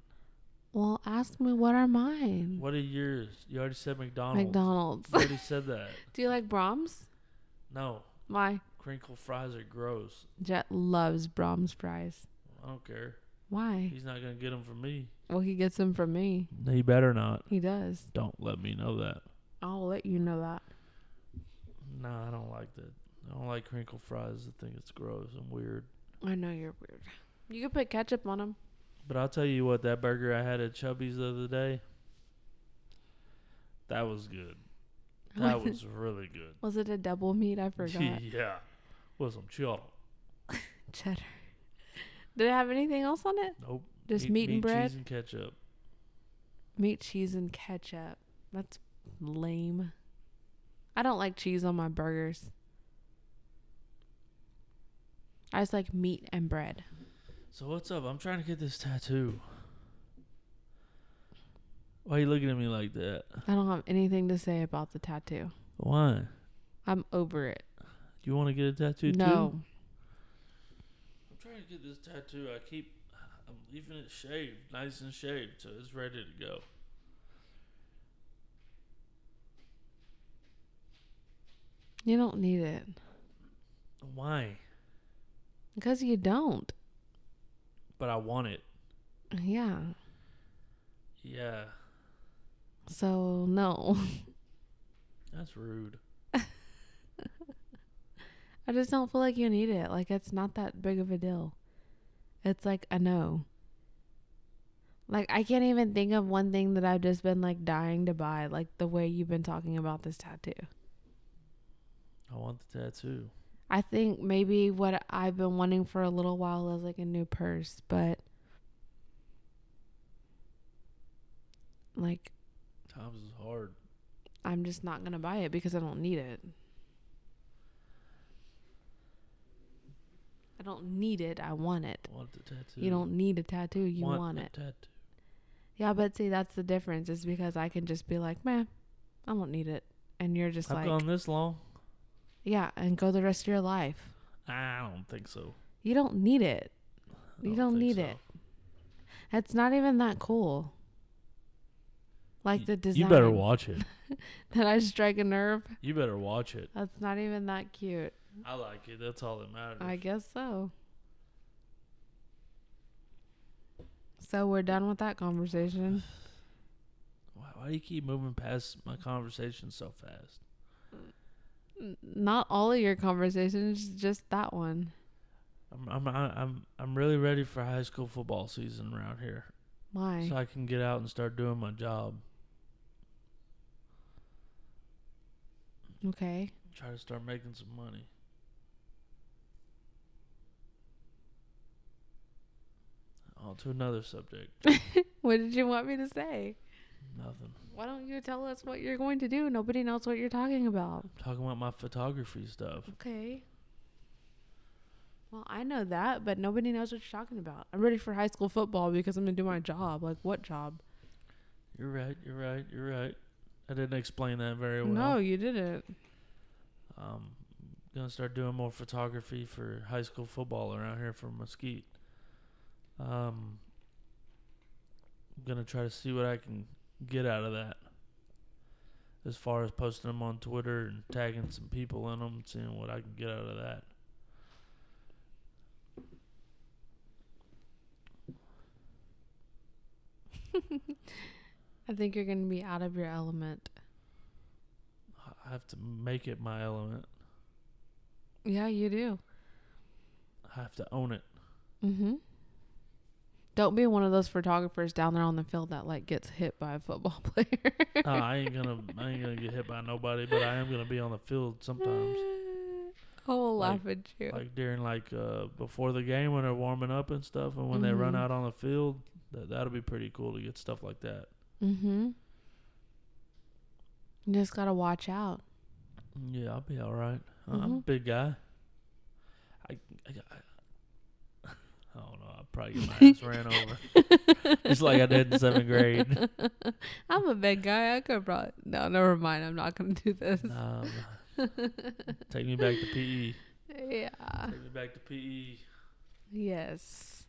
B: Well, ask me what are mine?
A: What are yours? You already said McDonald's.
B: McDonald's. <laughs>
A: You already said that.
B: Do you like Brahms?
A: No,
B: Why?
A: crinkle fries are gross.
B: Jet loves Brahms fries.
A: I don't care.
B: Why?
A: He's not gonna get them from me.
B: Well, he gets them from me.
A: He better not.
B: He does.
A: Don't let me know that.
B: I'll let you know that.
A: No, I don't like that. I don't like crinkle fries. I think it's gross and weird.
B: I know you're weird. You could put ketchup on them.
A: But I'll tell you what, that burger I had at Chubby's the other day, that was good. That was really good.
B: Was it a double meat? I <laughs>
A: <laughs>
B: forgot.
A: yeah, with some chili.
B: Cheddar. Did it have anything else on it?
A: Nope.
B: Just meat, and bread?
A: cheese, and ketchup.
B: Meat, cheese, and ketchup. That's lame. I don't like cheese on my burgers. I just like meat and bread.
A: So what's up? I'm trying to get this tattoo. Why are you looking at me like that?
B: I don't have anything to say about the tattoo.
A: Why?
B: I'm over it.
A: You want to get a tattoo too?
B: no.
A: I'm trying to get this tattoo. I keep, I'm leaving it shaved, nice and shaved, so it's ready to go.
B: You don't need it.
A: Why?
B: Because you don't.
A: But I want it.
B: Yeah.
A: Yeah,
B: So, no. <laughs>
A: that's rude.
B: I just don't feel like you need it. Like, it's not that big of a deal. It's like, I know. Like, I can't even think of one thing that I've just been like dying to buy, like the way you've been talking about this tattoo.
A: I want the tattoo.
B: I think maybe what I've been wanting for a little while is like a new purse, but like,
A: Times is hard.
B: I'm just not going to buy it because I don't need it. I don't need it. I want it.
A: I want the tattoo.
B: You don't need a tattoo. You want,
A: the
B: it.
A: Tattoo.
B: Yeah, but see, that's the difference. Is because I can just be like, man, I don't need it, and you're just
A: I've
B: like,
A: gone this long.
B: yeah, and go the rest of your life.
A: I don't think so.
B: You don't need it.
A: I
B: You don't
A: think
B: need
A: so.
B: it. It's not even that cool. Like the design
A: You better watch it.
B: <laughs> that I strike a nerve.
A: You better watch it.
B: That's not even that cute.
A: I like it. That's all that matters.
B: I guess so. So we're done with that conversation.
A: why, why do you keep moving past my conversation so fast?
B: N- Not all of your conversations, just that one.
A: I'm I'm I- I'm I'm really ready for high school football season around here,
B: Why?
A: so I can get out and start doing my job.
B: okay.
A: Try to start making some money. On to another subject.
B: What did you want me to say?
A: Nothing.
B: Why don't you tell us what you're going to do? Nobody knows what you're talking about.
A: Talking about my photography stuff.
B: Okay. Well, I know that, but nobody knows what you're talking about. I'm ready for high school football because I'm going to do my job. Like, what job?
A: You're right. You're right. You're right. I didn't explain that very well.
B: No, you didn't.
A: Um, gonna start doing more photography for high school football around here for Mesquite. Um, gonna try to see what I can get out of that, as far as posting them on Twitter and tagging some people in them, seeing what I can get out of that.
B: I think you're going to be out of your element.
A: I have to make it my element.
B: Yeah, you do.
A: I have to own it.
B: Mm-hmm. Don't be one of those photographers down there on the field that like gets hit by a football <laughs> player.
A: Uh, I ain't gonna, I ain't gonna get hit by nobody, but I am gonna be on the field
B: <laughs>
A: sometimes.
B: I will
A: Like-
B: Oh, laugh at you.
A: like during like uh before the game when they're warming up and stuff and when they run
B: Mhm.
A: out on the field that that'll be pretty cool to get stuff like that
B: mm-hmm. You just gotta watch out.
A: yeah i'll be all right. I- i'm a
B: Mhm.
A: big guy i i, I- I don't know i'll probably get
B: <laughs>
A: my ass ran over just like i did in seventh <laughs> grade
B: <laughs> I'm a big guy. I could probably no. Never mind. I'm not gonna do this.
A: um, take me back to pe
B: <laughs> Yeah.
A: take me back to E. pe
B: Yes.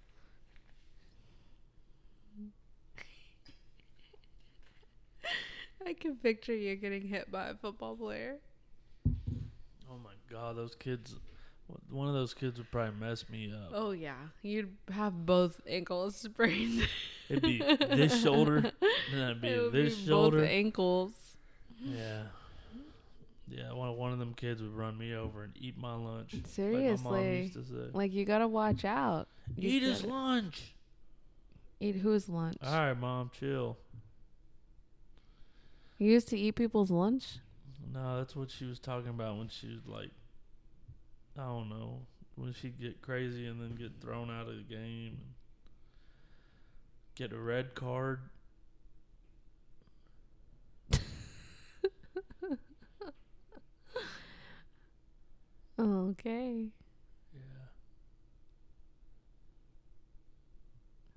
B: I can picture you getting hit by a football player.
A: oh my god those kids one of those kids would probably mess me up
B: Oh yeah, you'd have both ankles sprained.
A: it'd be this shoulder <laughs>
B: <laughs>
A: and then it'd be
B: It would
A: this
B: be
A: shoulder
B: both ankles.
A: Yeah. Yeah, one one of them kids would run me over and eat my lunch. Like my mom
B: Seriously,
A: used to say.
B: like you gotta watch out. You
A: Eat his
B: gotta-
A: lunch.
B: Eat whose lunch?
A: All right, mom, chill.
B: You used to eat people's lunch.
A: No, that's what she was talking about when she was like, I don't know, when she'd get crazy and then get thrown out of the game and get a red card.
B: Okay.
A: Yeah.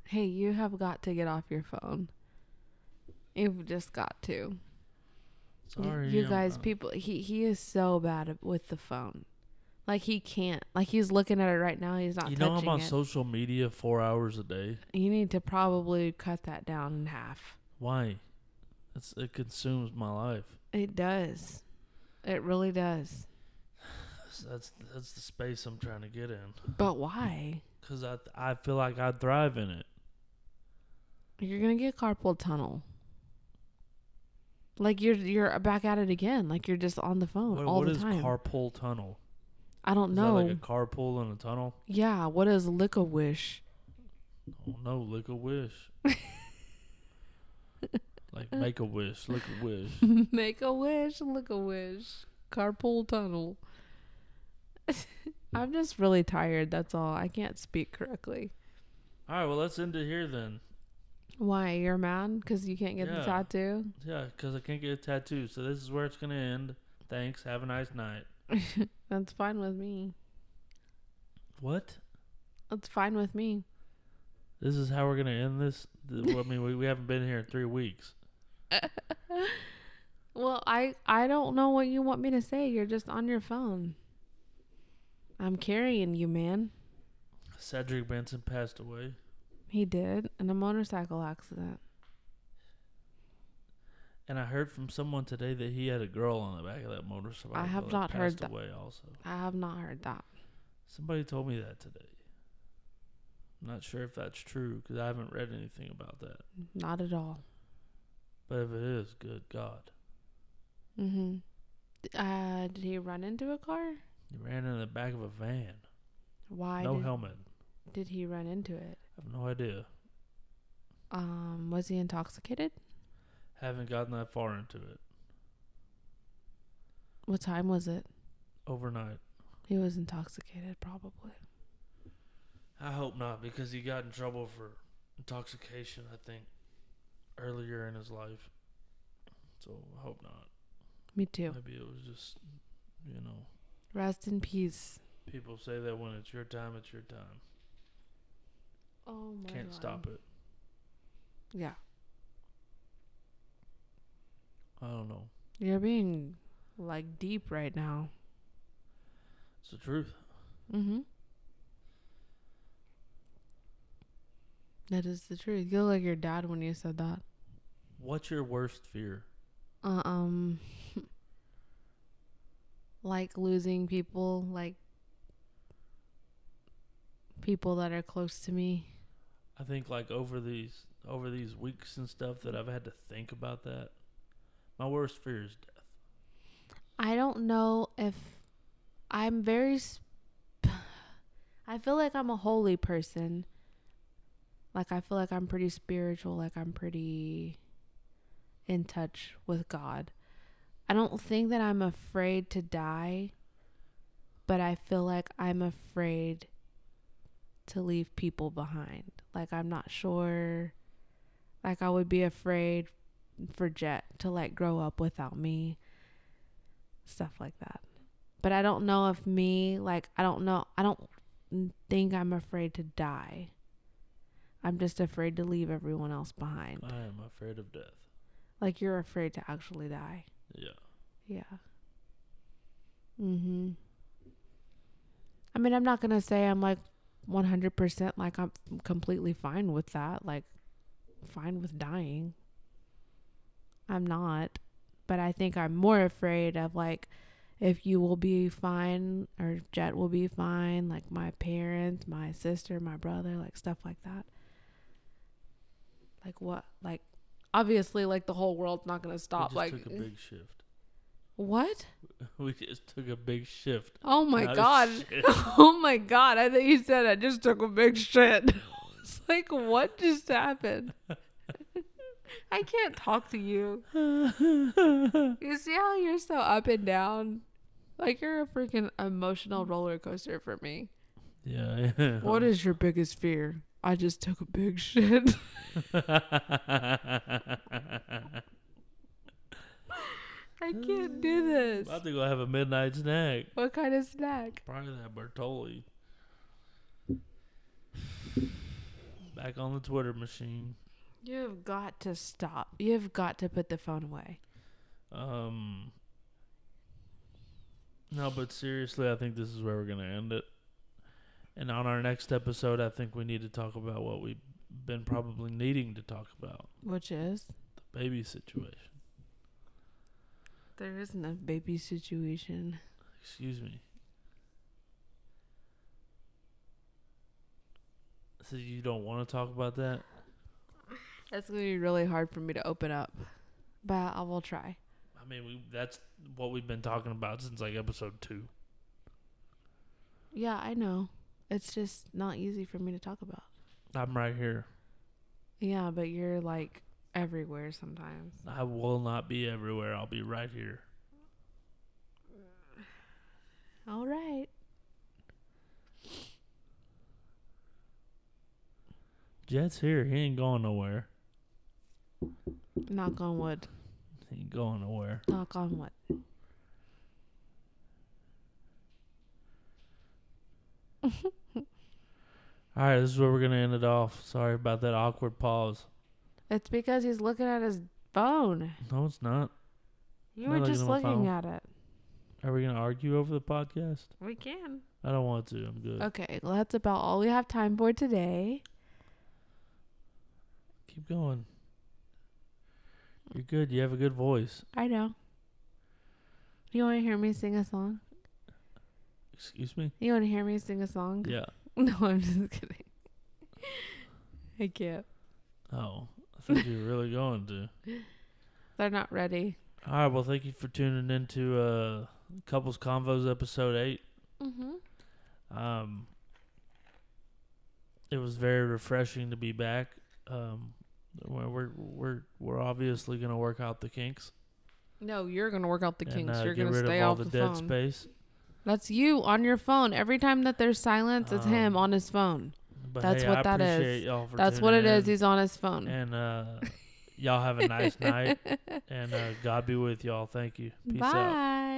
B: Hey, you have got to get off your phone. You've just got to. Y-
A: Sorry,
B: you
A: I'm-
B: guys,
A: I'm-
B: people, he he is so bad ab- with the phone. Like he can't. Like he's looking at it right now. He's not
A: You know
B: touching
A: I'm on
B: it.
A: social media four hours a day.
B: you need to probably cut that down in half.
A: Why? It's, it consumes my life.
B: It does. It really does.
A: That's that's the space I'm trying to get in.
B: But why?
A: Cause I I feel like I thrive in it.
B: You're gonna get carpal tunnel. Like you're you're back at it again. Like you're just on the phone
A: What,
B: Oh, all
A: what
B: the
A: is
B: time. Oh,
A: carpool tunnel?
B: I don't
A: Is
B: know.
A: that like a carpool and a tunnel?
B: yeah. What is lick a wish?
A: Oh no, lick a
B: <laughs>
A: wish. like make a wish, lick a
B: <laughs>
A: wish.
B: Make a wish, look a wish. Carpool tunnel. I'm just really tired, that's all. I can't speak correctly.
A: All right, well let's end it here then.
B: Why? You're mad? Because you can't get
A: Yeah.
B: the tattoo? <laughs>
A: Yeah, cause I can't get a tattoo, so this is where it's gonna end. Thanks. Have a nice night.
B: That's fine with me.
A: What?
B: That's fine with me.
A: This is how we're gonna end this. Th- well, I mean, we, we haven't been here in three weeks.
B: Well, I I don't know what you want me to say. You're just on your phone. I'm carrying you, man.
A: Cedric Benson passed away.
B: He did in a motorcycle accident.
A: And I heard from someone today that he had a girl on the back of that motorcycle.
B: I have
A: that
B: not heard
A: passed
B: that.
A: away also.
B: I have not heard that.
A: Somebody told me that today. I'm not sure if that's true because I haven't read anything about that.
B: Not at all.
A: But if it is, good God.
B: Mm-hmm. Uh, did he run into a car?
A: He ran into the back of a van.
B: Why
A: no
B: did,
A: helmet.
B: did he run into it?
A: I have no idea.
B: Um, was he intoxicated?
A: Haven't gotten that far into it.
B: What time was it?
A: Overnight.
B: He was intoxicated, probably.
A: I hope not because he got in trouble for intoxication, I think, earlier in his life. So I hope not.
B: Me too.
A: Maybe it was just, you know,
B: Rest in peace.
A: people say that when it's your time, it's your time.
B: Oh my
A: Can't stop it.
B: Yeah,
A: I don't know.
B: you're being like deep right now.
A: It's the truth.
B: Mm-hmm. That is the truth. You look like your dad when you said that.
A: What's your worst fear?
B: Uh, um, <laughs> like losing people, like people that are close to me.
A: I think like over these over these weeks and stuff that I've had to think about that. My worst fear is death.
B: I don't know if I'm very. Sp- <sighs> I feel like I'm a holy person. Like, I feel like I'm pretty spiritual. Like, I'm pretty in touch with God. I don't think that I'm afraid to die, but I feel like I'm afraid to leave people behind. Like, I'm not sure. Like, I would be afraid for Jet to, like, grow up without me stuff like that. But I don't know if me, like, I don't know, I don't n- think I'm afraid to die. I'm just afraid to leave everyone else behind.
A: I am afraid of death.
B: Like, you're afraid to actually die.
A: Yeah.
B: Yeah. Mm hmm. I mean, I'm not going to say I'm like 100% like I'm completely fine with that, like, fine with dying. I'm not. But I think I'm more afraid of like if you will be fine or if Jet will be fine, like my parents, my sister, my brother, like stuff like that. Like what? Like, obviously, like the whole world's not going to stop.
A: we just
B: Like,
A: took a big shift. <laughs>
B: what?
A: We just took a big shift.
B: Oh my
A: Not a
B: god.
A: shit.
B: <laughs> Oh my god. I think you said I just took a big shit. <laughs> it's like what just happened? <laughs> I can't talk to you. You see how you're so up and down? Like you're a freaking emotional roller coaster for me.
A: <laughs> yeah. yeah. <laughs>
B: What is your biggest fear? I just took a big <laughs> shit.
A: About
B: I can't do this.
A: to go have a midnight snack.
B: What kind of snack?
A: Probably that Bertoli. <sighs> Back on the Twitter machine.
B: You've got to stop. You've got to put the phone away.
A: Um. No, but seriously, I think this is where we're gonna end it. And on our next episode, I think we need to talk about what we've been probably needing to talk about
B: Which is
A: the baby situation.
B: there isn't a baby situation.
A: Excuse me. So you don't want to talk about that?
B: That's gonna be really hard for me to open up, but I will try.
A: I mean, we that's what we've been talking about since like episode two.
B: Yeah, I know. It's just not easy for me to talk about.
A: I'm right here.
B: Yeah, but you're like everywhere sometimes.
A: I will not be everywhere. I'll be right here.
B: All right.
A: Jet's here. He ain't going nowhere.
B: Knock on wood.
A: He ain't going nowhere.
B: Knock on wood.
A: All right, this is where we're gonna end it off. Sorry about that awkward pause.
B: It's because he's looking at his phone.
A: No, it's not.
B: You
A: Not
B: were
A: looking
B: just
A: at my
B: looking
A: phone.
B: at it.
A: Are we gonna argue over the podcast?
B: We can.
A: I don't want to. I'm good.
B: Okay, well, that's about all we have time for today.
A: Keep going. You're good. You have a good voice.
B: I know. You want to hear me sing a song?
A: Excuse me.
B: You want to hear me sing a song?
A: Yeah.
B: <laughs> No, I'm just kidding. <laughs> I can't.
A: Oh, I think you're really going to.
B: They're not ready.
A: All right. Well, thank you for tuning into uh, Couples Convos episode eight.
B: Mm-hmm.
A: Um, it was very refreshing to be back. Um, we're we're we're, we're obviously gonna work out the kinks.
B: No, you're gonna work out the kinks.
A: uh,
B: you're
A: get
B: gonna
A: rid
B: stay
A: of all
B: off the,
A: the, dead
B: phone.
A: space.
B: That's you on your phone. Every time that there's silence, it's him
A: Um,
B: on his phone.
A: But
B: That's
A: hey,
B: what
A: I
B: that is.
A: appreciate Y'all for
B: That's what it
A: tuning
B: is.
A: in,
B: He's on his phone.
A: and uh,
B: <laughs>
A: y'all have a nice night. And uh, God be with y'all. Thank you. Peace
B: Bye.
A: out.